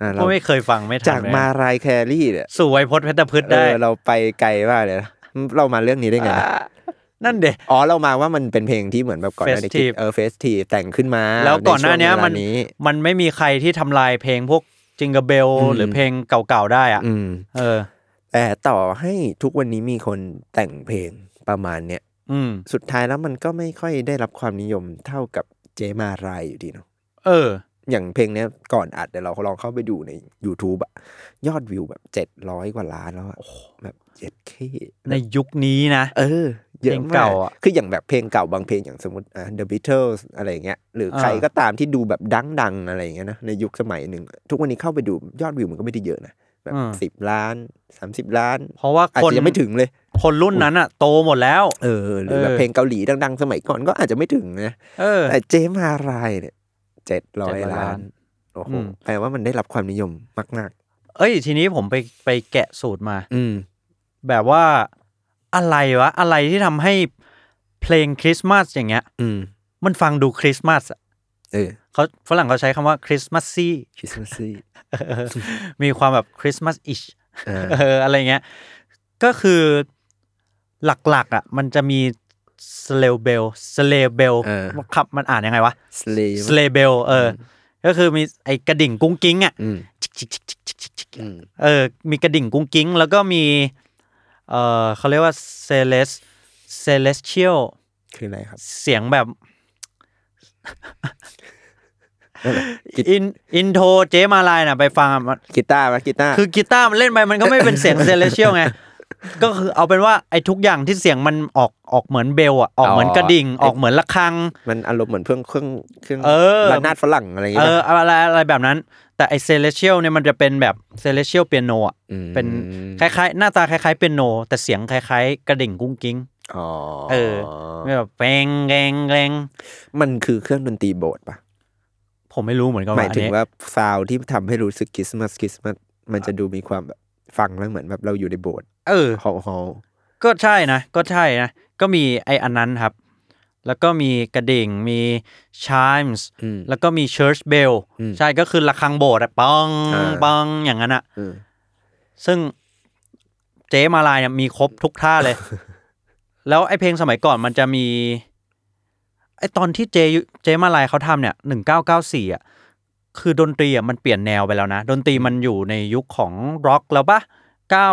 B: อ่ะ
C: ก็
B: เรา
C: ไม่เคยฟังไม่ทัน
B: จาก
C: เลย
B: มารายแครี่เนี่ย
C: สู่ไวยพจน์เพชรพฤษ
B: เอ
C: ได้
B: อเราไปไกลมากเลยนะเรามาเรื่องนี้ได้ไงนะ
C: นั่นเด็
B: อ๋อเรามาว่ามันเป็นเพลงที่เหมือนแบบก่อนหน้านี้
C: Festive
B: เออเฟสทีแต่งขึ้นมา
C: แล้วก่อนหน้าเนี้ย
B: ใช่วง
C: มัน
B: วลา
C: มันไม่มีใครที่ทำลายเพลงพวกจิงเกอร์เบล
B: อืม
C: หรือเพลงเก่าๆได้อ่ะ
B: อืม
C: เออ
B: แต่ต่อให้ทุกวันนี้มีคนแต่งเพลงประมาณเนี้ย
C: อืม
B: สุดท้ายแล้วมันก็ไม่ค่อยได้รับความนิยมเท่ากับเจมารายอยู่ดีเนาะ
C: เออ
B: อย่างเพลงเนี้ยก่อนอัดเดี๋ยวเราลองเข้าไปดูใน YouTube อะยอดวิวแบบเจ็ดร้อยกว่าล้านแล้วอะแบบเจ็ดเค
C: ในยุคนี้นะ
B: เออ เยอะ
C: เพลง
B: มา
C: เก่าก อะ
B: คืออย่างแบบเพลงเก่าบางเพลงอย่างสมมติอ่ะ The Beatles อะไรอย่างเงี้ยหรือ
C: อ่า
B: ใครก็ตามที่ดูแบบดังๆ อะไรอย่างเงี้ยนะในยุคสมัยหนึ่ง ทุกวันนี้เข้าไปดูยอดวิวมันก็ไม่ได้เยอะนะแบบสิบล้านสามสิบล้าน
C: เพราะว่า
B: อาจ
C: คน
B: จะยังไม่ถึงเลย
C: คนรุ่นนั้นอ่ะ โตหมดแล้ว
B: เออหรือแบบ
C: เออ
B: เพลงเกาหลีดัง ๆ สมัยก่อนก็อาจจะไม่ถึงนะ
C: เออ
B: แต่เจมารายเนี่ยเจ็ดร้อย
C: 700
B: ล้า
C: ล้าน น
B: โอ้โห
C: อืม
B: แปลว่ามันได้รับความนิยมมาก
C: เอ้ย ทีนี้ผมไปไปแกะสูตรมา
B: ๆ อืม
C: แบบว่าอะไรวะ อะไรที่ทำให้เพลงคริสต์มาสอย่างเงี้ย
B: อืม
C: มันฟังดูคริสต์มาสอะ
B: เออ
C: เขาฝรั่งเขาใช้คำว่าคริสต์มาสซี่
B: คริสต์มาสซี่
C: มีความแบบคริสต์มาสอิช
B: อ่
C: *laughs*
B: า
C: อะไรเงี้ย ก็คือหลักๆอ่ะ มันจะมีสเลเบลสเลเบลครับมันอ่านยังไงวะ
B: สเล
C: สเลเบลเออ ก็คือมีไอ้กระดิ่งกุ้งกิ้งอ่ะ
B: อืมอืม
C: เออ มีกระดิ่งกุ้งกิ้ง แล้วก็มี เออเขาเรียกว่าเซเลสเซเลสเชียล
B: คืออะไรครับ
C: เสียงแบบ
B: กีต
C: อินอินโทรเจมาลายน่ะไปฟังอะมัน
B: กีตาร์ไหมกีตาร์
C: คือกีตาร์มันเล่นไปมันก็ไม่เป็นเสียงเซเลเชียลไง ก็คือเอาเป็นว่าไอ้ทุกอย่างที่เสียงมันออกออกเหมือนเบลอ่ะ ออกเหมือนกระดิ่ง ออกเหมือนระฆัง
B: มันอารมณ์เหมือนเครื่องเครื่องเครื่อง
C: เออ
B: ระนาดฝรั่งอะไรอย่าง
C: เอ
B: เงี้ย
C: อ
B: ป่ะ
C: อะไรอะไรแบบนั้น แต่ไอเซเลเชียลเนี่ยมันจะเป็นแบบเซเลเชียลเปียโนอ่ะ
B: ม
C: เป็นคล้ายๆ หน้าตาคล้ายๆเปียโน แต่เสียงคล้ายๆ กระดิ่งกุ้งกิ้ง
B: อ๋อ
C: เออ ไม่แบบแปงแกงแกง
B: มันคือเครื่องดนตรีโบสถ์ปะ
C: ผมไม่รู้เหมือนกัน
B: หมายถึง
C: อันนี้
B: ว่าซาวด์ที่ทำให้รู้สึกคริสต์มาสคริสต์มาสมันจะดูมีความแบบฟังแล้วเหมือนแบบเราอยู่ในโบสถ์
C: เออ
B: ฮอลล์ฮอลล์
C: ก็ใช่นะ ก็ใช่นะ ก็มีไออันนั้นครับ แล้วก็มีกระดิ่งมี chimes
B: อืม
C: แล้วก็มี church bell
B: อืม
C: ใช่ก็คือระฆังโบสถ์อะปัง
B: อ่า
C: ปังอย่างนั้นอะ
B: เออ
C: ซึ่งเจ๊มาลายเนี่ยมีครบทุกท่าเลย แล้วไอเพลงสมัยก่อนมันจะมี ไอตอนที่เจเจมาลายเขาทำเนี่ยหนึ่งเก้าเก้าสี่อะคือดนตรีอะมันเปลี่ยนแนวไปแล้วนะ ดนตรีมันอยู่ในยุคของร็อกแล้วปะเก้า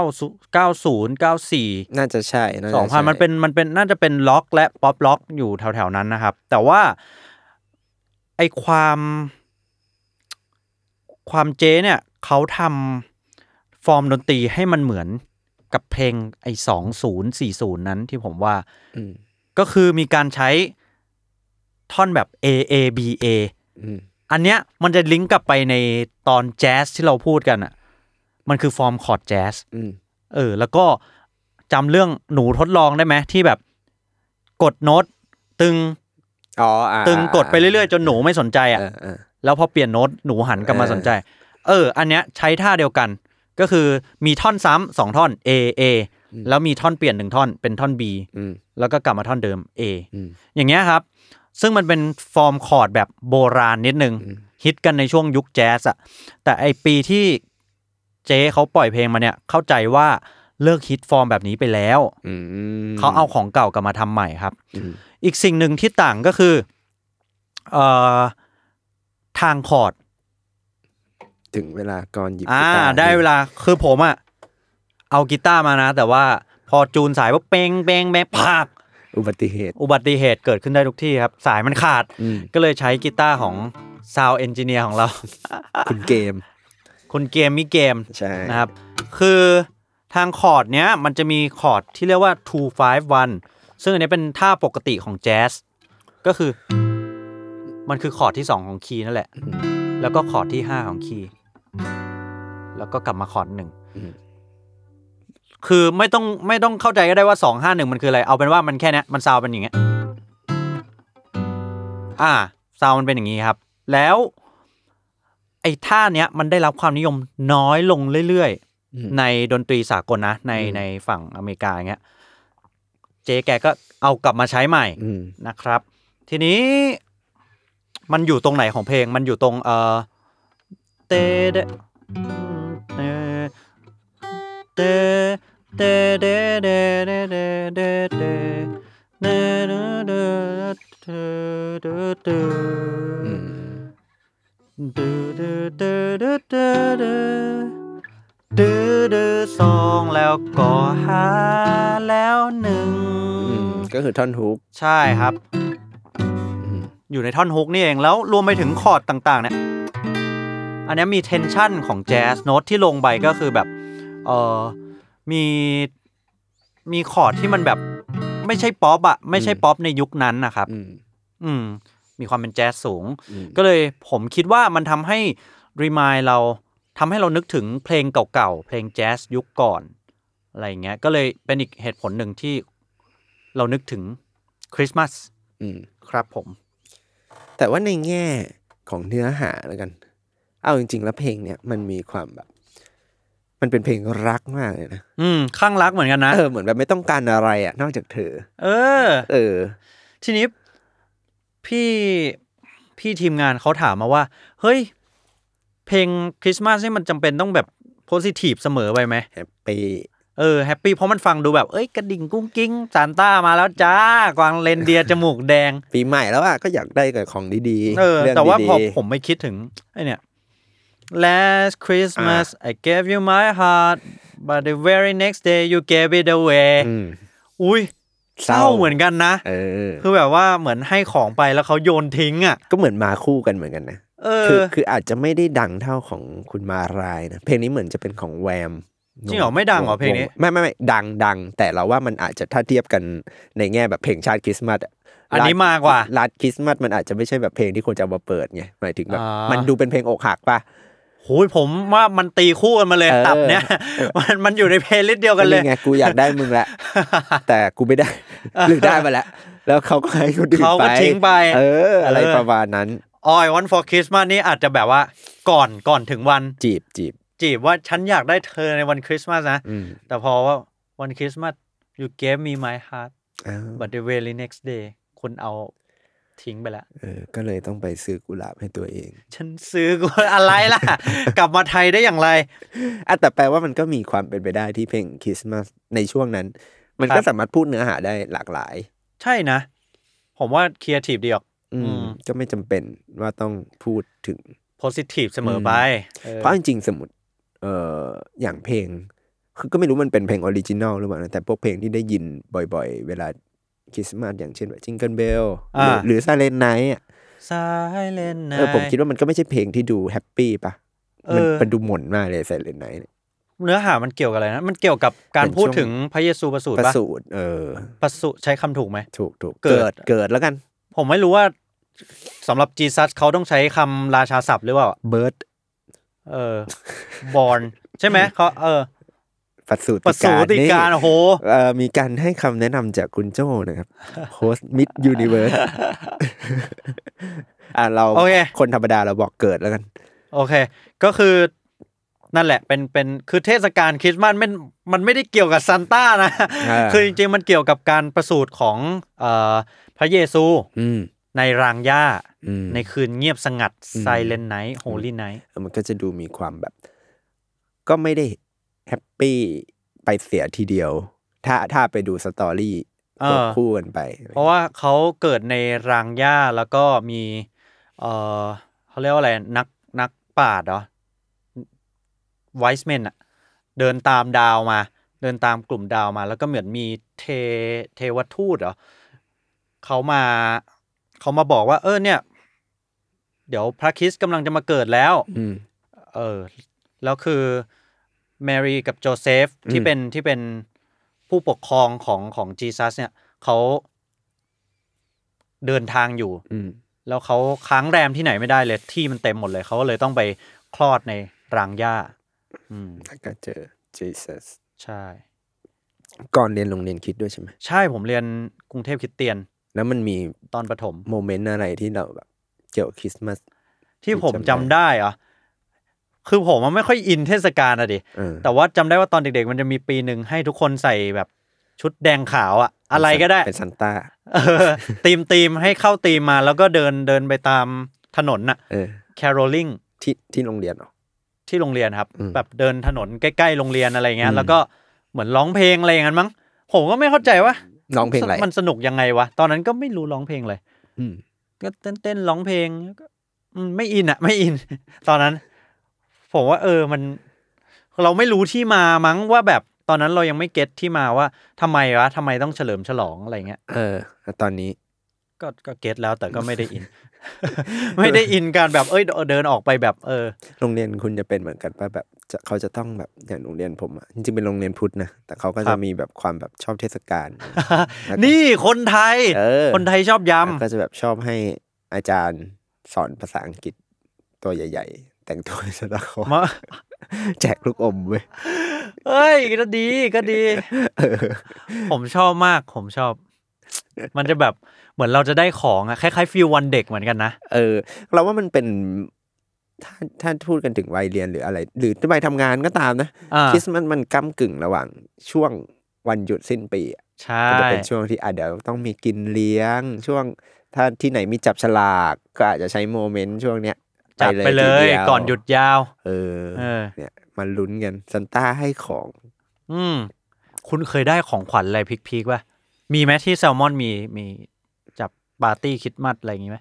C: เก้าศูนย์เก้าสี่
B: น่าจะใช่าจะ
C: สองพัน
B: ใช่
C: มันเป็นมันเป็นน่าจะเป็นล็อกและป๊อปล็อกอยู่แถวๆนั้นนะครับ แต่ว่าไอความ ความเจเนี่ยเขาทำฟอร์มดนตรีให้มันเหมือนกับเพลงไอสองศูนย์สี่ศูนย์นั้นที่ผมว่า
B: อืม
C: ก็คือมีการใช้ท่อนแบบ A A B A
B: อืม
C: อันเนี้ยมันจะลิงก์กลับไปในตอนแจ๊สที่เราพูดกันอ่ะ มันคือฟอร์มคอร์ดแจ๊ส
B: อืม
C: เออ แล้วก็จำเรื่องหนูทดลองได้ไหมที่แบบกดโน้ตตึง
B: อ๋ออ่า
C: ตึงกดไปเรื่อยๆ จนหนูไม่สนใจ
B: ๆ
C: อ่ะ
B: เออเออ
C: แล้วพอเปลี่ยนโน้ตหนูหันกลับมา
B: เออ
C: สนใจ เออ อันเนี้ยใช้ท่าเดียวกัน ก็คือมีท่อนซ้ำสองท่อน A A แล้วมีท่อนเปลี่ยนหนึ่งท่อนเป็นท่อน B
B: อืม
C: แล้วก็กลับมาท่อนเดิม A
B: อืม
C: อย่างเงี้ยครับ ซึ่งมันเป็นฟอร์มคอร์ดแบบโบราณนิดนึง ฮิตกันในช่วงยุคแจ๊สอะแต่ไอปีที่เจ๊เขาปล่อยเพลงมาเนี่ย เข้าใจว่าเลิกฮิตฟอร์มแบบนี้ไปแล้ว
B: อืม
C: เขาเอาของเก่ากลับมาทำใหม่ครับ
B: อืม
C: อีกสิ่งหนึ่งที่ต่างก็คือเอ่อทางคอร์ด
B: ถึงเวลาก่อนหยิบ
C: อ่า
B: กีตร์
C: ได้เวลาคือผมอะเอากีตาร์มานะ แต่ว่าพอจูนสายว่าเป้งเป้งเป้งพัก
B: อุบัติเหตุ
C: อุบัติเหตุเกิดขึ้นได้ทุกที่ครับ สายมันขาด
B: อืม
C: ก็เลยใช้กีตาร์ของซาวเอนจิเนียร์ของเรา *laughs*
B: คุณเกม
C: คุณเกมมิเกม
B: ใช่
C: นะครับ คือทางคอร์ดเนี้ยมันจะมีคอร์ดที่เรียกว่า two five one ซึ่งอันเนี้ยเป็นท่าปกติของแจ๊สก็คือ มันคือคอร์ดที่ 2 ของคีย์นั่นแหละ
B: อืม
C: แล้วก็คอร์ดที่ 5 ของคีย์แล้วก็กลับมาคอร์ดหนึ่ง
B: อืม
C: คือไม่ต้องไม่ต้องเข้าใจก็ได้ว่า 2 5 1 มันคืออะไร เอาเป็นว่ามันแค่เนี้ยมันซาวเป็นอย่างเงี้ยอ่าซาวมันเป็นอย่างนี้ครับ แล้ว ไอ้ท่าเนี้ยมันได้รับความนิยมน้อยลงเรื่อย
B: อืม
C: ๆ ในดนตรีสากลนะ ใน
B: อืม
C: ในฝั่งอเมริกาอย่างเงี้ยเจ๊แกก็เอากลับมาใช้ใหม่
B: อืม
C: นะครับ ทีนี้มันอยู่ตรงไหนของเพลงมันอยู่ตรงเออเตเดเตเตเตเดเดเดเดเดเดเดเดเดเดเด
B: อืม
C: เดเดเดเดเดเดสองแล้วก็ห้าแล้วหนึ่ง
B: อืมก็คือท่อนฮุก
C: ใช่ครับ
B: อืม
C: อยู่ในท่อนฮุกนี่เองแล้วรวมไปถึงคอร์ดต่างๆเนี่ยอันเนี้ยมีเทนชันของแจ๊สโน้ตที่ลงไปก็คือแบบเออมีมีคอร์ดที่มันแบบไม่ใช่ป๊อปอะไม่ใช่ป๊อปในยุคนั้นนะครับ
B: อืม
C: อืมมีความเป็นแจ๊สสูง
B: อืม
C: ก็เลยผมคิดว่ามันทำให้รีมายเราทำให้เรานึกถึงเพลงเก่าๆ เพลงแจ๊สยุคก่อนอะไรอย่างเงี้ย ก็เลยเป็นอีกเหตุผลหนึ่งที่เรานึกถึงคริสต์มาส
B: อืม
C: ครับผม
B: แต่ว่าในแง่ของเนื้อหาแล้วกัน เอาจริง ๆ แล้วเพลงเนี่ยมันมีความแบบ มันเป็นเพลงรักมากเลยนะ
C: อืมข้างรักเหมือนกันนะ
B: เออเหมือนแบบไม่ต้องการอะไรอ่ะ นอกจากเธอ
C: เออ
B: เออ
C: ทีนี้พี่พี่ทีมงานเขาถามมาว่า เฮ้ย เพลงคริสต์มาสนี่มันจำเป็นต้องแบบโพสิทีฟเสมอไปไหม
B: แฮปปี้
C: เออแฮปปี้เพราะมันฟังดูแบบ เอ้ย กระดิ่งกุ้งกิ้งซานต้ามาแล้วจ้า กวางเลนเดียร์จมูกแดง
B: ปีใหม่แล้วอ่ะก็อยากได้กับของดี
C: เออ
B: เรื่อง
C: แต่ว่า
B: ดี
C: พอ
B: ๆ
C: ผมไม่คิดถึงไอเนี่ย Last Christmas I gave you my heart but the very next day you gave it away
B: อืม
C: อุ้ยเศร้าเหมือนกันนะ
B: เออ
C: คือแบบว่าเหมือนให้ของไปแล้วเขาโยนทิ้งอ่ะ
B: ก็เหมือนมาคู่กันเหมือนกันนะ
C: เอ
B: คือ
C: อ
B: คืออาจจะไม่ได้ดังเท่าของคุณมารายนะ เพลงนี้เหมือนจะเป็นของแวม
C: จริงเหรอไม่ดังเหรอเพลงนี้
B: ไม่ไม่ไม่ดังดัง แต่เราว่ามันอาจจะถ้าเทียบกันในแง่แบบเพลงชาติคริสต์มาสะ
C: อันนี้มากกว่า
B: ลัดคริสต์มาสมันอาจจะไม่ใช่แบบเพลงที่ควรจะเอามาเปิดไงหมายถึงแบบ
C: อ่ามั
B: มันดูเป็นเพลงอกหักป่ะ
C: โหยผมว่ามันตีคู่กันมาเลย
B: เออ
C: ตับ
B: *laughs*
C: เนี่ย มันมันอยู่ในเพลย์ลิสต์เดียวกันเลย
B: ไงกูอยากได้มึง
C: *laughs*
B: ละ แต่กูไม่ได้ หรือได้มาแล้ว แล้วเขาก็ให้คนอื่นไป
C: เขาก็ทิ้งไป
B: เออ อะไร
C: เออ
B: ประมาณนั้น
C: ออยวัน for Christmas นี่อาจจะแบบว่าก่อนก่อนถึงวัน
B: จีบจีบ
C: จีบว่าฉันอยากได้เธอในวันคริสต์มาสนะ
B: อืม
C: แต่พอว่าวันคริสต์มาส you gave me my heart
B: อ้าว
C: but the very next day คุณเอาทิ้งไปแล้ว
B: เออก็เลยต้องไปซื้อกุหลาบให้ตัวเอง
C: ฉันซื้อกูอะไรล่ะ กลับมาไทยได้อย่างไร
B: อ่ะแต่แปลว่ามันก็มีความเป็นไปได้ที่เพลงคริสต์มาสในช่วงนั้น มันก็
C: ครับ
B: สามารถพูดเนื้อหาได้หลากหลาย
C: ใช่นะ ผมว่าครีเอทีฟดีออก
B: อื
C: อื
B: ม
C: ม
B: ก็ไม่จำเป็นว่าต้องพูดถึง
C: โพสิทีฟเสมอไปเออ
B: เพราะจริงๆสมมติเอ่ออย่างเพลง คือก็ไม่รู้มันเป็นเพลงออริจินอลหรือเปล่านะแต่พวกเพลงที่ได้ยินบ่อยๆ เวลาคริสต์มาสอย่างเช่นแบบจิงเกิลเบลหรือซาเลนไนท์อ่ะ
C: สายเลนนะ
B: เออผมคิดว่ามันก็ไม่ใช่เพลงที่ดูแฮปปี้ปะมัน
C: เออ
B: มันดูหม่นมากเลยซาเลนไนท์
C: เนื้อหามันเกี่ยวกับอะไรนะ มันเกี่ยวกับการ
B: เป็นช่วง
C: พูดถึงพระเยซูประสูติ
B: ประ
C: ปะ
B: สูตรเออ
C: ประสูติใช้คำถูกไหม
B: ถูกถูก
C: เกิด
B: เกิดแล้วกัน
C: ผมไม่รู้ว่าสำหรับจีซัสเขาต้องใช้คำราชาศัพท์หรือเปล่า
B: เบิร์ด
C: เออ บอลใช่ไหมเขาเออ
B: ประสู
C: ประสูติการโอ้โห
B: เอ่อมีการให้คำแนะนำจากคุณโจ้นะครับโฮสมิดยูนิเวิ
C: *laughs*
B: ร์ส อ่ะเรา
C: โอเค
B: คนธรรมดาเราบอกเกิดแล้วกัน
C: โอเค ก็คือนั่นแหละเป็นเป็นคือเทศกาลคริสต์มาสมันมันไม่ได้เกี่ยวกับซันต้านะ
B: อ่า
C: คือจริงๆ มันเกี่ยวกับการประสูติของเอ่อพระเยซู
B: อืม
C: ในรางหญ้า
B: อืม
C: ในคืนเงียบสงัด
B: อืม
C: ไซเลนไนท์โฮลี่ไนท์
B: มันก็จะดูมีความแบบ ก็ไม่ได้แฮปปี้ไปเสียทีเดียว ถ้าถ้าไปดูสตอรี่ควบคู่กันไป
C: เพราะว่าเขาเกิดในรางหญ้าแล้วก็มีเอ่อเขาเรียกว่าอะไรนักนักปราชญ์เหรอไวส์แมนอะเดินตามดาวมา เดินตามกลุ่มดาวมา แล้วก็เหมือนมีเทเทวทูตเหรอเขามาเขามาบอกว่า เออเนี่ย เดี๋ยวพระคริสต์กำลังจะมาเกิดแล้ว
B: อืม
C: เออ แล้วคือแมรี่กับโจเซฟ
B: อืม
C: ที่เป็นที่เป็นผู้ปกครองของของจีซัสเนี่ยเขาเดินทางอยู่
B: อืม
C: แล้วเขาค้างแรมที่ไหนไม่ได้เลย ที่มันเต็มหมดเลยเขาก็เลยต้องไปคลอดในรางหญ้า อืม
B: แล้วก็เจอ Jesus
C: ใช่
B: ก่อนเรียนโรงเรียนคิดด้วยใช่ไหม
C: ใช่ผมเรียนกรุงเทพคริสเตียน
B: แล้วมันมี
C: ตอนประถม
B: โมเมนต์อะไรที่เราแบบ เกี่ยวกับคริสต์มาส
C: ที่ผม
B: จำ
C: จำ
B: ได้
C: ได้เหรอะคือผมอะไม่ค่อยอินเทศกาลอะดิ
B: เออ
C: แต่ว่าจำได้ว่าตอนเด็กๆ มันจะมีปีหนึ่งให้ทุกคนใส่แบบชุดแดงขาวอะอะไรก็ได้
B: เป็นซันต้า
C: เออ *laughs* ตีมตีมให้เข้าตีมมาแล้วก็เดินเดินไปตามถนนน่ะ
B: เออ
C: caroling
B: ที่ที่โรงเรียนเหรอ
C: ที่โรงเรียนครับ
B: อืม
C: แบบเดินถนนใกล้ๆโรงเรียนอะไรเงี้
B: อื
C: ย
B: ม
C: แล้วก็เหมือนร้องเพลงอะไรอย่างนั้นมั้งผมก็ไม่เข้าใจว่า
B: น้องเพลงอะไร
C: มันสนุกยังไงวะ ตอนนั้นก็ไม่รู้ร้องเพลงเลย
B: อืม
C: ก็เต้นเต้นร้องเพลงก็อืมไม่อินอะ *laughs* ไม่อิน ตอนนั้น ผมว่า เออมัน เราไม่รู้ที่มามั้งว่าแบบตอนนั้นเรายังไม่เก็ตที่มาว่าทำไมวะทำไมต้องเฉลิมฉลองอะไรเงี้ย
B: เออแล้วตอนนี้
C: ก็ก็เก็ตแล้วแต่ก็ไม่ได้อิน *laughs* ไม่ได้อินการแบบเอ้ยเดินออกไปแบบ เออ
B: โรงเรียนคุณจะเป็นเหมือนกันป่ะแบบจะเขาจะต้องแบบอย่างโรงเรียนผมอะจริงๆเป็นโรงเรียนพุทธนะ แต่เขาก็
C: ครั
B: จะ
C: บ
B: มีแบบความแบบชอบเทศกาล แล้วก็
C: นี่คนไทย
B: เออ
C: คนไทยชอบย
B: แล้วก็จะแบบชอบให้อาจารย์สอนภาษาอังกฤษตัวใหญ่ ๆ แต่งตัว *laughs* สตาร์คอ
C: ำมา
B: แจกลูกอมเว้ย
C: เอ้ยก็ดีก็ดี
B: เออ
C: ผมชอบมาก ผมชอบ มันจะแบบเหมือนเราจะได้ของอะคล้ายๆฟิลวันเด็กเหมือนกันนะ
B: เออ เราว่ามันเป็นถ้าถ้าพูดกันถึงวัยเรียนหรืออะไร หรือวัยทำงานก็ตามนะ
C: อ่า
B: คริสต์มันมันก้ากึ่งระหว่างช่วงวันหยุดสิ้นปีอะ
C: ใช่
B: มันจะเป็นช่วงที่อาจจะเดี๋ยวต้องมีกินเลี้ยง ช่วงถ้าที่ไหนมีจับฉลาก ก็อาจจะใช้โมเมนต์ช่วงเนี้ย
C: จัดไปเล
B: ที
C: ย
B: ดีว
C: ก่อนหยุดยาว
B: เออ
C: เออ
B: เนี่ยมันลุ้นกันซันต้าให้ของ
C: อืม คุณเคยได้ของขวัญอะไรพีคๆป่ะมีไหมที่แซลมอนมีมีจับปาร์ตี้คริดมัดอะไรอย่างงี้ไหม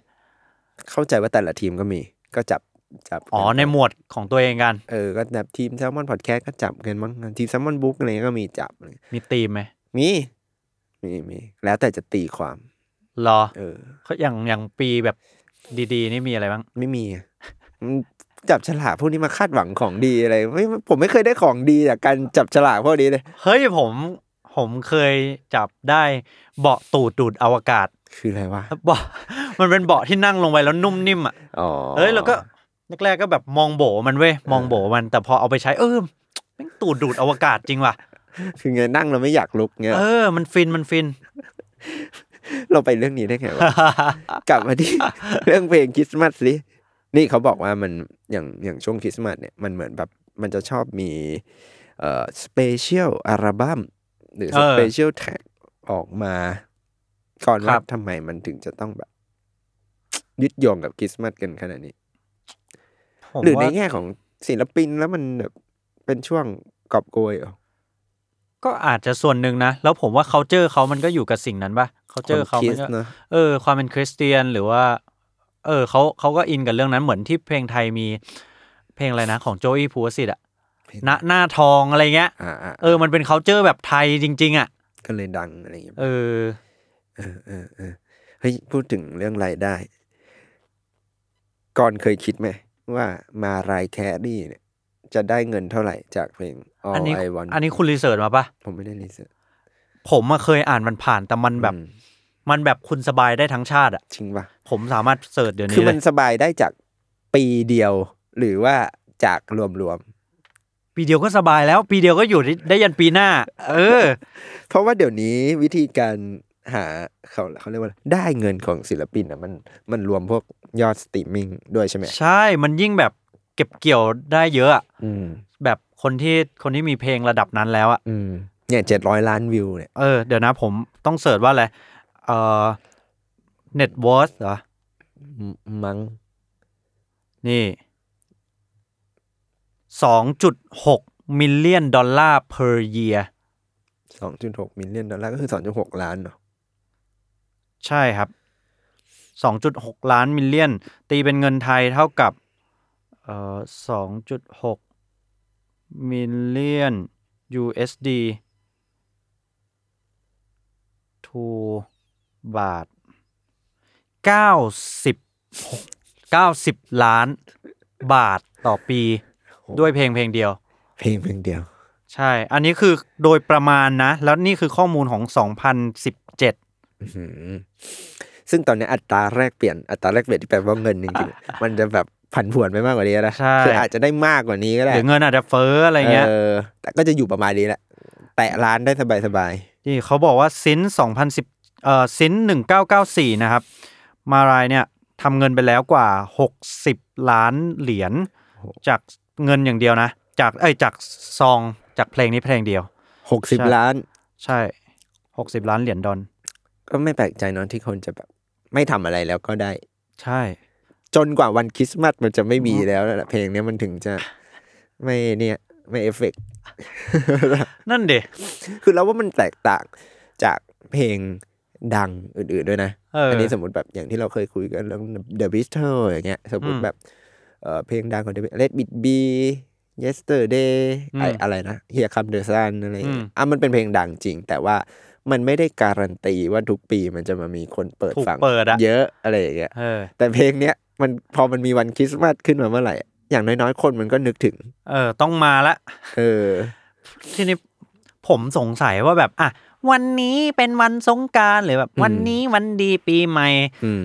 B: เข้าใจว่าแต่ละทีมก็มีก็จับจับ
C: อ๋อ
B: กั
C: ในหมวดของตัวเองกัน
B: เออก็แบบทีมแซลมอนพอดแคสต์ก็จับกันมั้งทีมแซลมอนบุ๊กอะไรก็มีจับอะไร
C: มีตีมไหม
B: มีมีมีแล้วแต่จะตีความ
C: เหรอ
B: เออ
C: อย่างอย่างปีแบบดีๆ นี่มีอะไรบ้าง
B: ไม่มี *laughs* อะมันจับฉลากพวกนี้มาคาดหวังของดีอะไรไม่ผมไม่เคยได้ของดีจากการจับฉลากพวกนี้เลย
C: เฮ้ยผมผมเคยจับได้เบาะตูดดูดอวกาศ *laughs*
B: คืออะไรวะ
C: เบาะ มันเป็นเบาะที่นั่งลงไปแล้วนุ่มนิ่มอ่ะ
B: อ๋อ
C: เฮ้ยแล้วก็แรกๆก็แบบมองโบมันเว้ยมองโบมันแต่พอเอาไปใช้เออแม่งตูดดูดอวกาศจริงว่ะ
B: คือไงนั่งเราไม่อยากลุกเงี้ย
C: เออ มันฟินมัน *laughs* ฟิน
B: เราไปเรื่องนี้ได้ไงวะ กลับมาที่ *laughs* เรื่องเพลงคริสต์มาสสินี่เขาบอกว่ามันอย่างอย่างช่วงคริสต์มาสเนี่ยมันเหมือนแบบมันจะชอบมีเอ่อสเปเชียลอัลบั้มหรือ
C: เอ
B: ส
C: อ
B: เปเชียลแท็กออกมา ก่อน
C: ค
B: ว่า
C: รับ
B: ทำไมมันถึงจะต้องแบบ ยึดโยงกับคริสต์มาสกันขนาดนี้
C: ผม
B: หรือใน
C: ว่า
B: แง่ของศิลปินแล้วมันแบบเป็นช่วงกอบโกยเหรอ
C: ก็อาจจะส่วนหนึ่งนะ แล้วผมว่า culture เขามันก็อยู่กับสิ่งนั้นปะ culture
B: คว
C: เขา
B: มคิ
C: มั
B: ด
C: นก็
B: เนอะ
C: เออความเป็นคริสเตียนหรือว่า เออเขาเขาก็อินกับเรื่องนั้นเหมือนที่เพลงไทยมี เพลงอะไรนะ ของโจอี้ภูวสิทธิ์อะณหน้าทองอะไรเงี้ย
B: อ่าอ่า
C: เออมันเป็น c u เจอร์แบบไทยจริง ๆ อ่ะ
B: ก็เลยดังอะไรอย่างเงี้ย
C: เออ
B: เออเออเออเฮ้ยพูดถึงเรื่องรายได้ ก่อนเคยคิดไหม ว่ามารายแคร์รี่เนี่ย จะได้เงินเท่าไหร่จากเพลง
C: อัน
B: All
C: นี้
B: I Want
C: อันนี้คุณรีเสิร์ชมาปะ
B: ผมไม่ได้รีเสิร์ช
C: ผมอะเคยอ่านมันผ่านแต่มันแบบ
B: อืม
C: มันแบบคุณสบายได้ทั้งชาติอ่ะ
B: จริงปะ
C: ผมสามารถเสิร์ชเดี๋ยว
B: คือ
C: นี้เล
B: มัน
C: ย
B: สบายได้จากปีเดียว หรือว่าจากรวมรวม
C: ปีเดียวก็สบายแล้ว ปีเดียวก็อยู่ได้ได้ยันปีหน้า เอ
B: *laughs*
C: อ
B: ๆเพราะว่าเดี๋ยวนี้วิธีการหาเขาเขาเรียกว่าอะไรได้เงินของศิลปินอ่ะมันมันรวมพวกยอดสตรีมมิ่งด้วยใช่ไหม
C: ใช่มันยิ่งแบบเก็บเกี่ยวได้เยอะอะ
B: อืม
C: แบบคนที่คนที่มีเพลงระดับนั้นแล้วอะ
B: อืมเนี่ยเจ็ดร้อยล้านวิวเนี่ย
C: เออเดี๋ยวนะผมต้องเสิร์ชว่าอะไร เอ่อ net worth เหรอ
B: มั้ง
C: นี่สองจุดหกมิลเลียนดอลลาร์ per year
B: สองจุดหกมิลเลียนดอลลาร์ก็คือสองจุดหกล้านเนาะ
C: ใช่ครับสองจุดหกล้านมิลเลียน ตีเป็นเงินไทยเท่ากับ เอ่อสองจุดหกมิลเลียน USD to บาทเก้าสิบเก้าสิบล้านบาทต่อปีด้วยเพลงเพลงเดียว
B: เพลงเพลงเดียว
C: ใช่ อันนี้คือโดยประมาณนะ แล้วนี่คือข้อมูลของ 2017
B: อื้อหือซึ่งตอนนี้อัตราแลกเปลี่ยนอัตราแลกเปลี่ยนที่แปลว่าเงินจริงๆ *laughs* มันจะแบบผันผวนไปมากกว่านี้นะ
C: ใช่
B: คืออาจจะได้มากกว่านี้ก็ได้
C: หรือเงินอาจจะเฟ้ออะไรเงี้ย
B: ออแต่ก็จะอยู่ประมาณนี้แหละ แตะร้านได้สบายสบาย
C: นี่เขาบอกว่าซิน2010เอ่อซิน1994 นะครับ มารายเนี่ยทำเงินไปแล้วกว่า 60 ล้านเหรียญจากเงินอย่างเดียวนะ จากเอ้ยจากซองจากเพลงนี้เพลงเดียว
B: หกสิบ
C: ใช่
B: ล้าน
C: ใช่ 60 ล้านเหรียญดอล
B: ก็ไม่แปลกใจเนอะที่คนจะแบบ ไม่ทำอะไรแล้วก็ได้
C: ใช่
B: จนกว่าวันคริสต์มาสมันจะไม่มีแล้วแหละเพลงเนี้ยมันถึงจะไม่เนี่ย ไม่เอฟเฟกต์
C: นั่นเด
B: คือเราว่ามันแตกต่างจากเพลงดังอื่นๆด้วยนะ
C: เออ
B: อั
C: อั
B: นนี้สมมติแบบอย่างที่เราเคยคุยกันเรื่อง The Beatles อย่างเงี้ยสมมติ
C: อืม
B: แบบเอ่อเพลงดังของ The Beatles Let It Be Yesterday ไอ
C: อืม
B: อะไรนะ Here Come the Sun อะไรอย่างเงี้ย
C: อืม
B: อ่ะมันเป็นเพลงดังจริง แต่ว่ามันไม่ได้การันตีว่าทุกปีมันจะมามีคนเปิด
C: ถูก
B: ฟัง
C: เปิดอะ
B: อะอะไรอย่างเงี้ย
C: เออ
B: แต่เพลงเนี้ยมันพอมันมีวันคริสต์มาสขึ้นมาเมื่อไหร่อะอย่างน้อยๆ คนมันก็นึกถึง
C: เออต้องมาละ
B: เออ
C: ทีนี้ผมสงสัยว่าแบบอ่ะวันนี้เป็นวันสงกรารหรือแบบ วันนี้วันดีปีใหม่
B: อืม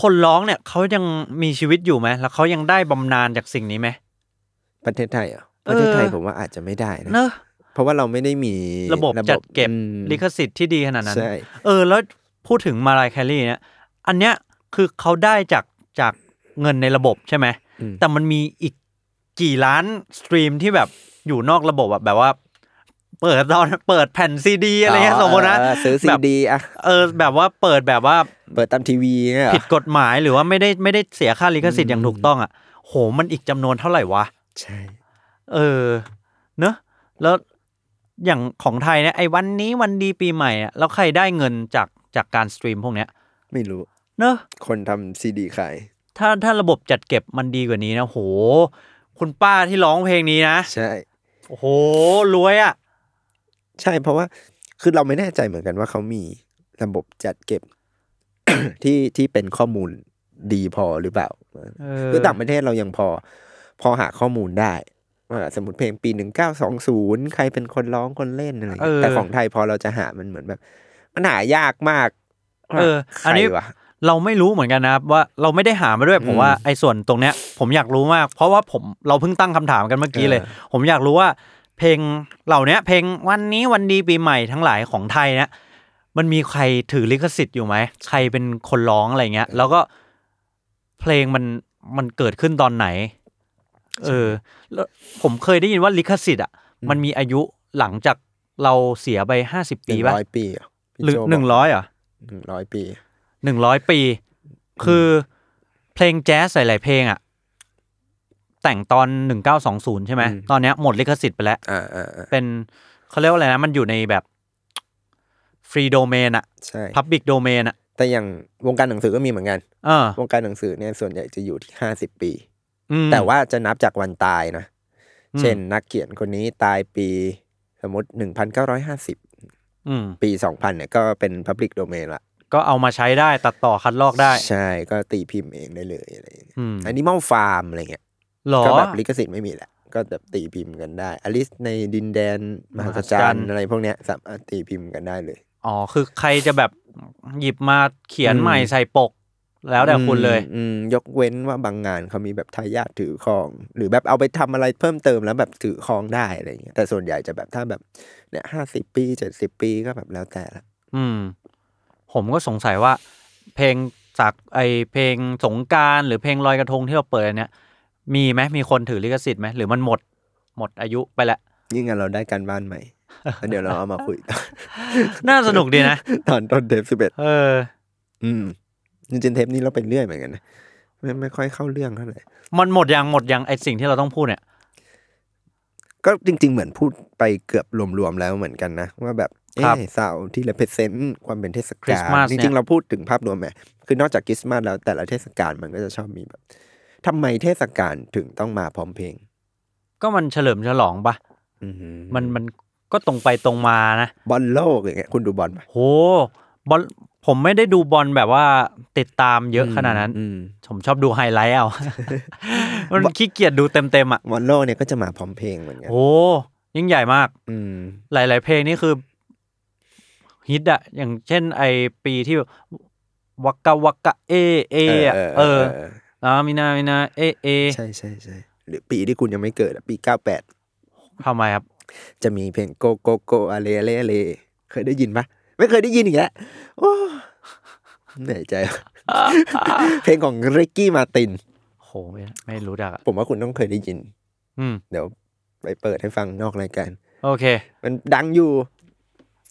C: คนร้องเนี่ยเขายังมีชีวิตอยู่ไหม แล้วเขายังได้บำนาญจากสิ่งนี้ไหม
B: ประเทศไทยเหรอ่ะ
C: เอ
B: ป
C: อ
B: ระเทศไทยผมว่าอาจจะไม่ได้นะ
C: เนอะ
B: เพราะว่าเราไม่ได้มี
C: ระบบจัดเก็บ
B: อืม
C: ลิขสิทธิ์ที่ดีขนาดนั้น
B: ใช่
C: เออ แล้วพูดถึงมารายแคลรี่เนี่ย อันเนี้ยคือเขาได้จากจากเงินในระบบใช่ไหม
B: อืม
C: แต่มันมีอีกกี่ล้านสตรีมที่แบบอยู่นอกระบบอะแบบว่า เปิดตอนเปิดแผ่นซีดีอะไรเงี้ยสมมตินะ
B: เออซื้อซี
C: แบบ
B: ดีอะ
C: เออแบบว่าเปิดแบบว่า
B: เปิดตามทีวีเนี่ยเหรอ
C: ผิดกฎหมายหรือว่าไม่ได้ไม่ได้เสียค่าลิขสิทธิ์อย่างถูกต้องอ่ะ โหมันอีกจำนวนเท่าไหร่วะ
B: ใช่
C: เออ เนอะแล้วอย่างของไทยเนี่ยไอ้วันนี้วันดีปีใหม่อ่ะแล้วใครได้เงินจากจากการสตรีมพวกเนี้ย
B: ไม่รู้
C: เนอะ
B: คนทำซีดีขาย
C: ถ้าถ้าระบบจัดเก็บมันดีกว่านี้นะโห คุณป้าที่ร้องเพลงนี้นะ
B: ใช่
C: โอ้โหรวยอ่ะ
B: ใช่เพราะว่าคือเราไม่แน่ใจเหมือนกันว่าเขามีระบบจัดเก็บ *coughs* ที่ที่เป็นข้อมูลดีพอหรือเปล่า
C: เออ
B: คือต่างประเทศเรายังพอ พอหาข้อมูลได้ว่าสมมติเพลงปีหนึ่งเก้าสองศูนย์ใครเป็นคนร้องคนเล่นอะไรอย่างเงี้
C: เอยอ
B: แต่ของไทยพอเราจะหามันเหมือนแบบ มันหายากมากว่า
C: เออ อันนี้
B: ใครวะ
C: เราไม่รู้เหมือนกันนะครับว่าเราไม่ได้หามาด้วย ผมว่า
B: อืม
C: ไอ้ส่วนตรงเนี้ย ผมอยากรู้มาก เพราะว่าผมเราเพิ่งตั้งคำถามกันเมื่อกี้เลย
B: เออ
C: ผมอยากรู้ว่า เพลงเหล่าเนี้ย เพลงวันนี้วันดีปีใหม่ทั้งหลายของไทยเนี่ยมันมีใครถือลิขสิทธิ์อยู่ไหมใครเป็นคนร้องอะไรเงี้ย แล้วก็เพลงมันมันเกิดขึ้นตอนไหน เออ แล้วผมเคยได้ยินว่าลิขสิทธิ์อ่ะมันมีอายุหลังจากเราเสียไปห้าสิบ
B: ห
C: ปี
B: นึ่ง
C: ป่ะ
B: ร้อยปีเ
C: หรือ
B: พี่โจบก
C: หนึ่งร้อยเหรอ
B: หนึ่งร้อยปี
C: หนึ่งร้อยปี คือเพลงแจ๊สหลายๆเพลงอ่ะ แต่งตอนหนึ่งเก้าสองศูนย์ใช่ไหม
B: อืม
C: ตอนเนี้ยหมดลิขสิทธิ์ไปแล้ว
B: อ่าอ่าอ่า
C: เป็นเขาเรียกว่าอะไรนะ มันอยู่ในแบบฟรีโดเมนอะ
B: ใช่
C: พับบิกโดเมนอะ
B: แต่อย่างวงการหนังสือก็มีเหมือนกัน
C: เออ
B: วงการหนังสือเนี่ยส่วนใหญ่จะอยู่ที่ห้าสิบปี
C: อืม
B: แต่ว่าจะนับจากวันตายนะ
C: อืม
B: เช่นนักเขียนคนนี้ตายปีสมมติหนึ่งพันเก้าร้อยห้าสิบ
C: อืม
B: ปีสองพันเนี่ยก็เป็น Public Domain ละ
C: ก็เอามาใช้ได้ตัดต่อคัดลอกได้
B: ใช่ก็ตีพิมพ์เองได้เลยอะไรอย่างเงี้ย
C: อืม
B: อันนี้มอลฟาร์มอะไรเงี้ย
C: หรอ
B: ก็แบบลิขสิทธิ์ไม่มีแหละ ก็แบบตีพิมพ์กันได้อลิสในดินแดนมหัศจรร
C: มหัศจรรย์
B: ย์อะไรพวกเนี้ยสามารถตีพิมพ์กันได้เลย
C: อ๋อ คือใครจะแบบหยิบมาเขียน
B: อืม
C: ใหม่ใส่ปก แล้วแต่คุณเลย
B: อืมอืมยกเว้นว่าบางงานเขามีแบบทายาทถือครอง หรือแบบเอาไปทำอะไรเพิ่มเติมแล้วแบบถือครองได้อะไรอย่างเงี้ยแต่ส่วนใหญ่จะแบบถ้าแบบเนี่ยห้าสิบปีเจ็ดสิบปีก็แบบแล้วแต่ละ
C: อืม ผมก็สงสัยว่า เพลงจากไอเพลงสงกรารหรือเพลงลอยกระทงที่เราเปิดอันเนี้ยมีไหมมีคนถือลิขสิทธิ์ไหมหรือมันหมด หมดอายุไปแล้ว
B: นี่งานเราได้การบ้านใหม่แล้วเดี๋ยวเราเอามาคุย *laughs*
C: น่าสนุกดีนะ
B: ตอนต้นเทป *laughs* สิบเอ็ด
C: เออ
B: อืมจริงๆเทปนี้เราไปเรื่อยเหมือนกันนะไม่ไม่ค่อยเข้าเรื่องเท่าไหร่
C: มันหมดยังหมดยังไอสิ่งที่เราต้องพูดเนี่ย
B: ก็จริง ๆ เหมือนพูดไปเกือบรวมๆแล้วเหมือนกันนะว่าแบบเอ้
C: ครับ
B: เสาร์ที่เลเพเซนต์ความเป็นเทศ
C: คริ
B: กา
C: สต์
B: ล
C: มาส
B: จ
C: เนี่ย
B: ริงๆเราพูดถึงภาพรวมไหมคือนอกจากคริสต์มาสแล้วแต่ละเทศกาลมันก็จะชอบมีแบบทำไมเทศกาลถึงต้องมาพร้อมเพลง
C: ก็มันเฉลิมฉลองปะ
B: อื
C: มันมันก็ตรงไปตรงมานะ
B: บอลโลกอย่างเงี้ยคุณดูบอลปะ
C: โหบอลผมไม่ได้ดูบอลแบบว่าติดตามเยอะขนาดนั้น
B: อืม
C: ผมชอบดูไฮไลท์เอา
B: *laughs*
C: มันขี้เกียจดูเต็มๆอ่ะ
B: บอลโลกเนี่ยก็จะมาพร้อมเพลงเหมือนกัน
C: โอ้ยิ่งใหญ่มาก
B: อืม
C: หลาย ๆ เพลงนี่คือฮิตอะอย่างเช่นไอปีที่วักกะวักกะเอเออะเอออ่ามินามินาเอเอ
B: ใช่ใช่ใช่หรือปีที่คุณยังไม่เกิดอะปีเก้าแปด
C: ทำไมครับ
B: จะมีเพลงโกโกโกอะเลอะเลอะเลเคยได้ยินปะไม่เคยได้ยินอีกแล้วโอ้เหนื่อยใจ *laughs* เพลงของริกกี้มาติน
C: โหไม่ไม่รู้จักอะ
B: ผมว่าคุณต้องเคยได้ยิน
C: อืม
B: เดี๋ยวไปเปิดให้ฟังนอกรายการ
C: โอเค
B: มันดังอยู่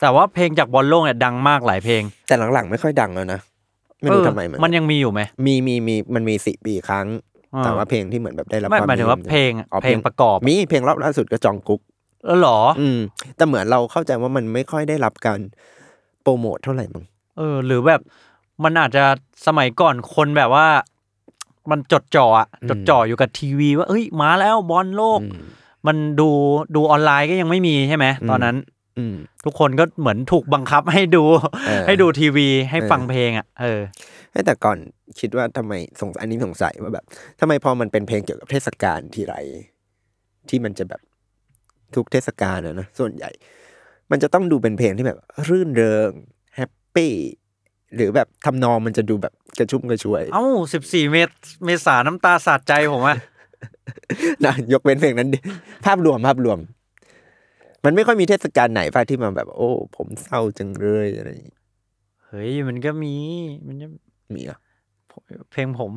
C: แต่ว่าเพลงจากบอลโลกเนี่ยดังมากหลายเพลง
B: แต่หลังๆไม่ค่อยดังแล้วนะ ไม่รู้
C: เออ
B: ทำไมเหมือน
C: มัน
B: กัน
C: ยังมีอยู่ไหม
B: มีมีมีมันมีสี่ปีครั้ง
C: อ่
B: แต่ว่าเพลงที่เหมือนแบบได้รับ
C: ไม่
B: ความ
C: หมายถึงว่า
B: นิย
C: เพลงอะ
B: อ๋อ
C: เพลงประกอบ
B: มีเพลงรอบล่าสุดก็จองกุ๊ก
C: แล้วหรอ
B: อืม แต่เหมือนเราเข้าใจว่ามันไม่ค่อยได้รับการโปรโมทเท่าไหร่มั้ง
C: เออ หรือแบบมันอาจจะสมัยก่อนคนแบบว่า มันจดจ่ออะ
B: อืม
C: จดจ่ออยู่กับทีวีว่าเอ้ยมาแล้วบอลโลก
B: อืม
C: มันดูดูออนไลน์ก็ยังไม่มีใช่ไหม
B: อืม
C: ตอนนั้น
B: อืม
C: ทุกคนก็เหมือนถูกบังคับให้ดู
B: เอ *laughs* อ
C: ให้ดูทีวีให้ฟังเพลงอ่ะเออ
B: เอ้ยแต่ก่อนคิดว่าทำไมสงสัยอันนี้สงสัยว่าแบบทำไมพอมันเป็นเพลงเกี่ยวกับเทศกาลทีไร ที่มันจะแบบทุกเทศกาลอะนะส่วนใหญ่ มันจะต้องดูเป็นเพลงที่แบบ รื่นเริงแฮปปี้หรือแบบทำนองมันจะดูแบบกระชุ่มกระชวย
C: เอ้าสิบสี่เมษเมษาน้ำตาสาดใจผมอะ
B: นะยกเว้นเพลงนั้นดิภาพรวมภาพรวม มันไม่ค่อยมีเทศกาลไหนป่ะที่มันแบบ โอ้ ผมเศร้าจังเลยอะไรอย่างงี้
C: เฮ้ยมันก็มีมันก็
B: มีเหรอ่ะ
C: เพลงผม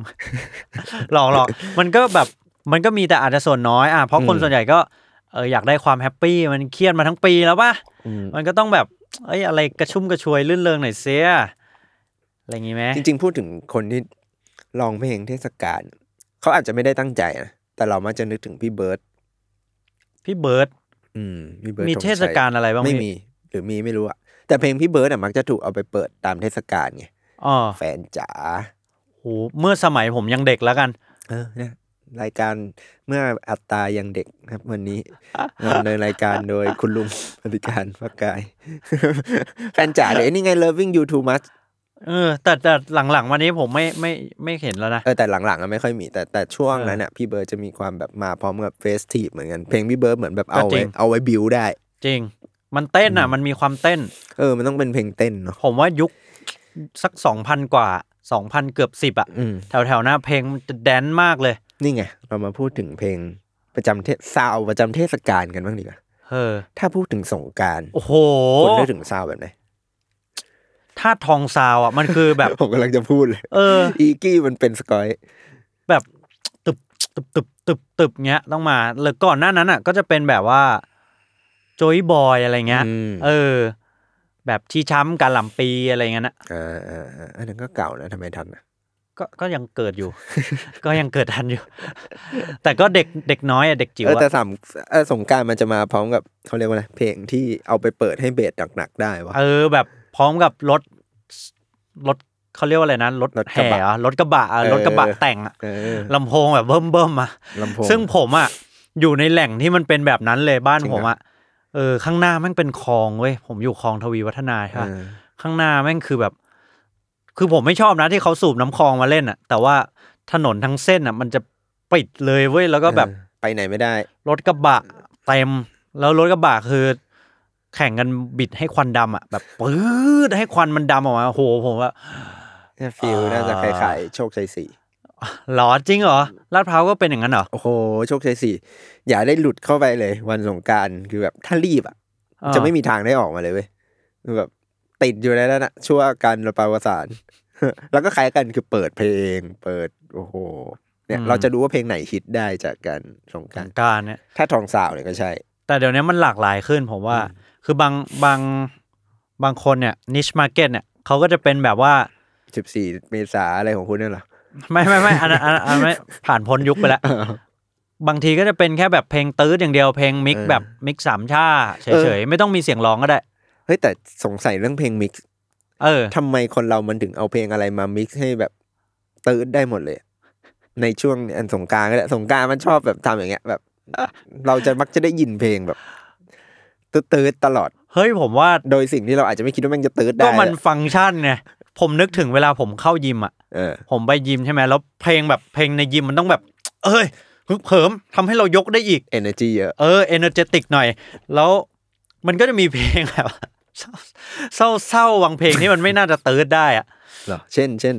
C: *laughs* หลอกหลอกมันก็แบบมันก็มีแต่อาจจะส่วนน้อยอ่ะเพราะคนส่วนใหญ่ก็เอออยากได้ความแฮปปี้มันเครียดมาทั้งปีแล้วป่ะมันก็ต้องแบบเอ้ยอะไรกระชุ่มกระชวยลื่นเริงหน่อยเสียอะไรอย่างงี้ไหม
B: จริง ๆ พูดถึงคนที่ร้องเพลงเทศกาลเขาอาจจะไม่ได้ตั้งใจนะแต่เรามักจะนึกถึงพี่เบิร์ด
C: พี่เบิร์ด
B: อืมพี่เบิร์ด
C: มี
B: ธงชัย
C: เทศกาลอะไรบ้าง
B: ไม่
C: พี่
B: มี หรือมีไม่รู้อะแต่เพลงพี่เบิร์ดอะมักจะถูกเอาไปเปิดตามเทศกาลไง
C: อ๋อ
B: แฟนจ๋า
C: โหเมื่อสมัยผมยังเด็กแล้วกัน
B: เออเนี่ยรายการเมื่ออัตตายังเด็กครับ วันนี้ดำเนินรายการโดยคุณลุง *laughs* บริการพักกาย *laughs* แฟนจ๋าเดี๋ยวนี่ไง loving you too much
C: เออ แต่แต่หลังๆวันนี้ผมไม่ไม่ไม่เห็นแล้วนะ
B: เออแต่หลังๆอะไม่ค่อยมี แต่แต่ช่วงนั้นอะพี่เบิร์ดจะมีความแบบมาพร้อมกับเฟสทีฟเหมือนกันเพลงพี่เบิร์ดเหมือนแบบเอา
C: ก็จริ
B: ไว้
C: ง
B: เอาไว้บิวได้
C: จริง มันเต้นอ่ะ มันมีความเต้น
B: เออมันต้องเป็นเพลงเต้นเนาะ
C: ผมว่ายุคสักสองพันกว่าสองพันเกือบสิบอ่ะ
B: อืม
C: แถวๆหน้าเพลงมันจะแดนซ์มากเลย
B: นี่ไง เรามาพูดถึงเพลงประจำเทศซาวด์ประจำเทศกาลกันบ้างดีกว่า
C: เออ
B: ถ้าพูดถึงสงกราร
C: โอ้โห
B: คุณได้ถึงซาวด์แบบไหน
C: ธาตุทองซาวอ่ะ มันคือแบบ *laughs*
B: ผมกำลังจะพูดเลย
C: เออ
B: อีกี้มันเป็นสกอย
C: แบบตึบตึบตึบตึบตึบเงี้ยต้องมาแล้วก่อนหน้านั้นอ่ะ ก็จะเป็นแบบว่าโจยบอยอะไรเงี้ย
B: อืม
C: เออ แบบชี้ช้ำการหล่ำปีอะไรเงี้ยนะ
B: อ่าอ่าอ่าอันนั้นก็เก่านะทำไมทันอะ
C: ก็ก็ยังเกิดอยู่ *laughs* ก็ยังเกิดทันอยู่ *laughs* แต่ก็เด็กเด็กน้อยอะเด็กจิ๋ว
B: เออแต่
C: อะ
B: สามเอ่อสงกรารมันจะมาพร้อมกับเขาเรียกว่าอะไรเพลงที่เอาไปเปิดให้เบสหนักๆได้วะ
C: เออแบบพร้อมกับรถรถเขาเรียกว่าอะไรนะรถ
B: รถกระ
C: แห่
B: บะ
C: อะรถกระบะอะ
B: เออ
C: รถกระบะแต่งอะ
B: เออ
C: ลำโพงแบบเบิ่มเบิ่มๆอะ
B: ลำโพง
C: ซึ่งผมอ่ะอยู่ในแหล่งที่มันเป็นแบบนั้นเลยบ้าน
B: จริง
C: ผมอ่ะเออข้างหน้าแม่งเป็นคลองเว้ยผมอยู่คลองทวีวัฒนาใช่ปะ
B: เออ
C: ข้างหน้าแม่งคือแบบ คือผมไม่ชอบนะที่เขาสูบน้ำคลองมาเล่นอ่ะ แต่ว่าถนนทั้งเส้นอ่ะ มันจะปิดเลยเว้ยแล้วก็แบบ
B: เออไปไหนไม่ได้
C: รถกระบะเต็มแล้วรถกระบะคือ แข่งกันบิดให้ควันดำอ่ะแบบปื๊ดให้ควันมันดำออกมาโอ้โหผมว่า
B: ฟิล
C: อ่า
B: น่าจะคล้ายๆโชคชัยสี่
C: หลอจริงเหรอลาดพร้าวก็เป็นอย่างนั้นเหรอ
B: โอ้โห โชคชัยสี่อย่าได้หลุดเข้าไปเลย วันสงกรารคือแบบถ้ารีบอ่ะ
C: เออ
B: จะไม่มีทางได้ออกมาเลยเว้ยคือแบบติดอยู่ในนั้นอะชั่วการระบายประสาน *laughs* แล้วก็คล้ายกันคือเปิดเพลง เปิดโอ้โห เนี่ย เราจะรู้ว่าเพลงไหนฮิตได้จากการสงกราร
C: การเนี่ย
B: ถ้าทองสาวเนี่ยก็ใช่
C: แต่เดี๋ยวนี้มันหลากหลายขึ้นผมว่า คือบางบางบางคนเนี่ยนิชมาร์เก็ตเนี่ยเขาก็จะเป็นแบบว่า
B: 14 เมษาอะไรของคุณเนี่ยเหรอ *laughs*
C: ไม่ไม่ไม่อันนั้นอันนั้นอันนั้นไม่ผ่านพ้นยุคไปแล้ว บางทีก็จะเป็นแค่แบบเพลงตื้ออย่างเดียวเพลงมิก
B: เออ
C: แบบมิกสามชาเฉ
B: เอย อ
C: ๆ ไม่ต้องมีเสียงร้องก็ได้
B: เฮ้ยแต่สงสัยเรื่องเพลงมิกซ์
C: เออ
B: ทำไมคนเรามันถึงเอาเพลงอะไรมามิกซ์ให้แบบตื่นได้หมดเลยอะในช่วงอันสงกรารก็ได้สงกรารมันชอบแบบทำอย่างเงี้ย แบบ เราจะมักจะได้ยินเพลงแบบตื่นๆตลอด
C: เฮ้ยผมว่า
B: โดยสิ่งที่เราอาจจะไม่คิดว่าแม่งจะตืดได้
C: ก็มันฟังก์ชันไงผมนึกถึงเวลาผมเข้ายิมอ่ะ
B: เออ
C: ผมไปยิมใช่ไหมแล้วเพลงแบบเพลงในยิมมันต้องแบบ เอ้ยฮึกเหิมทำให้เรายกได้อีก
B: energy เยอะ
C: เออเอเนอร์เจติกหน่อย แล้วมันก็จะมีเพลงแบบ *laughs* เศร้าเศร้าๆบางเพลงที่มันไม่น่าจะเติร์ดได้อะ
B: เช่น เช่น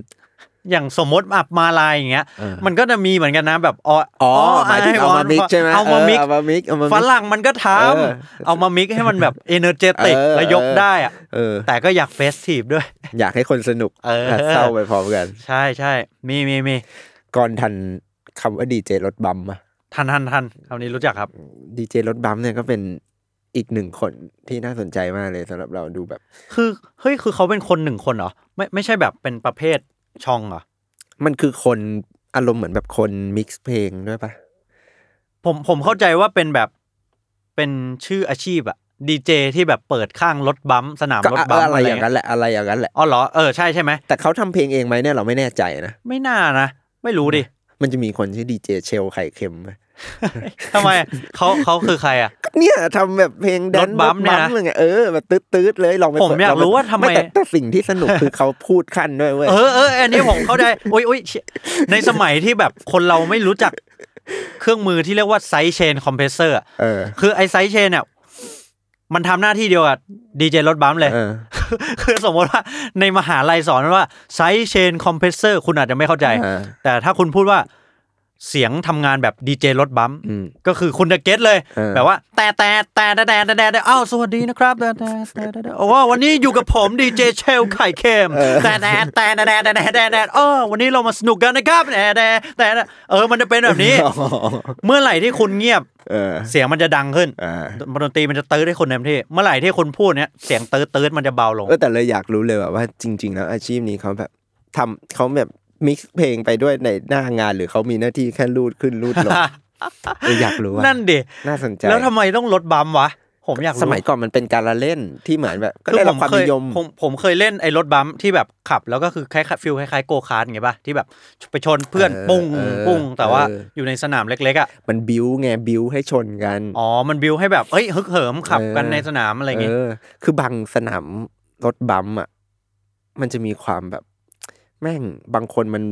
C: อย่างสมมติอับมาลายอย่างเงี้ย
B: เออ
C: มันก็จะมีเหมือนกันนะแบบอ๋อ
B: อ๋อหมายถึงเอามามิกใช่ไหม
C: เอามามิก
B: เออเอามามิกเอามามิก
C: ฝรั่งมันก็ท
B: เออ
C: ำเอามามิกให้มันแบบเอเนอร์เจติก
B: เออ
C: แล้วยกได้อะ
B: เออ
C: แต่ก็อยากเฟสทีฟด้วย
B: อยากให้คนสนุก
C: เออ
B: หัดเศร้าไปพร้อมกัน
C: ใช่ใช่มีมีมี
B: ก่อนทันคำว่าดีเจรถบัมอะ
C: ทันทันทันคำนี้รู้จักครับ
B: ดีเจรถบัมเนี่ยก็เป็นอีกหนึ่งคนที่น่าสนใจมากเลยสำหรับเราดูแบบ
C: คือเฮ้ยคือเขาเป็นคนหนึ่งคนเหรอไม่ไม่ใช่แบบเป็นประเภทชองเหรอ
B: มันคือคนอารมณ์เหมือนแบบคนมิกซ์เพลงด้วยปะ
C: ผมผมเข้าใจว่าเป็นแบบเป็นชื่ออาชีพอะดีเจที่แบบเปิดข้างรถบัมป์สนาม
B: ก็
C: รถบัมป์
B: อะไรอย่างนั้น
C: เ
B: แหละอะไรอย่างนั้นแหละ
C: อ๋อเหรอเออใช่ใช่ไหม
B: แต่เขาทำเพลงเองไหมเนี่ยเราไม่แน่ใจนะ
C: ไม่น่านะ ไม่รู้ดิ
B: มันจะมีคนชื่อดีเจเชลไข่เค็มไหม
C: ทำไมเขาเขาคือใครอะ
B: ก็เนี่ยทำแบบเพลงแดน
C: รถบัมป์เนี่ยนะ
B: เลยไงเออแบบตืดๆเลยลองไป
C: ผม
B: เปิด
C: อยาก
B: ลงไป
C: รู้ว่าทำไม
B: แต่แต่สิ่งที่สนุ
C: *laughs*
B: กคือเขาพูดขั้นด้วยเว้ย
C: เออเอออันนี้ผมเข้าใจอุ้ยอุ้ยเชี่ยในสมัยที่แบบคนเราไม่รู้จักเครื่องมือที่เรียกว่าไซเชนคอมเพรสเซอร์
B: เออ
C: คือไอไซเชนเนี่ยมันทำหน้าที่เดียวกับดีเจรถบัมป์เลย
B: เออ
C: *laughs* คือสมมติว่าในมหาลัยสอนว่าไซเชนคอมเพรสเซอร์คุณอาจจะไม่เข้าใจ
B: อ่า
C: แต่ถ้าคุณพูดว่าเสียงทำงานแบบดีเจรถบัมป์
B: อืม
C: ก็คือคุณจะเก็ตเลย
B: เออ
C: แบบว่า แต่แต่แต่แต่แต่แต่แต่เอ้าสวัสดีนะครับแต่แต่แต่แต่แต่โอ้ว่าวันนี้อยู่กับผมดีเจเชลไข่เค็มแต่แต่แต่แต่แต่แต่แต่แต่เออวันนี้เรามาสนุกกันนะครับแต่แต่แต่แต่เออมันจะเป็น
B: *laughs*
C: แบบนี้ เมื่อไหร่ที่คุณเงียบ
B: เออ
C: เสียงมันจะดังขึ้น
B: เออ
C: ดนตรีมันจะตื้อให้คนเต็มที่ เมื่อไหร่ที่คุณพูดเนี้ยเสียงตื้อตื้อมันจะเบาลง
B: เออแต่เลยอยากรู้เลยแบบว่าจริง ๆ แล้วอาชีพนี้เขาแบบทำเขาแบบมิกซ์เพลงไปด้วยในหน้างานหรือเขามีหน้าที่แค่รูดขึ้นรูดลงเอออยากรู้ว่า
C: นั่นดิ
B: น่าสนใจ
C: แล้วทำไมต้องลดบัมป์วะ ผมอยากรู้
B: สมัยก่อนมันเป็นการละเล่นที่เหมือนแบบก็
C: คือ
B: ได้
C: ผ
B: รับ
C: ม
B: ความ
C: เคย
B: นิยม
C: ผมผมเคยเล่นไอ้รถบัมป์ที่แบบขับ แล้วก็คือคล้ายๆฟิลคล้ายๆโกคาร์ดอย่างเงี้ยป่ะที่แบบไปชนเพื่อน
B: เออ
C: ปุ้ง
B: เออ
C: ปุ้งแต่ว่า
B: เออ
C: อยู่ในสนามเล็กๆอ่ะ
B: ันบิวไงบิวให้ชนกัน
C: อ๋อมันบิวให้แบบเอ้ยฮึกเหิมขับกัน
B: เออ
C: ในสนามอะไรเงี้ย
B: เออ คือบางสนามรถบัมป์อ่ะ มันจะมีความแบบ แม่งบางคนมัน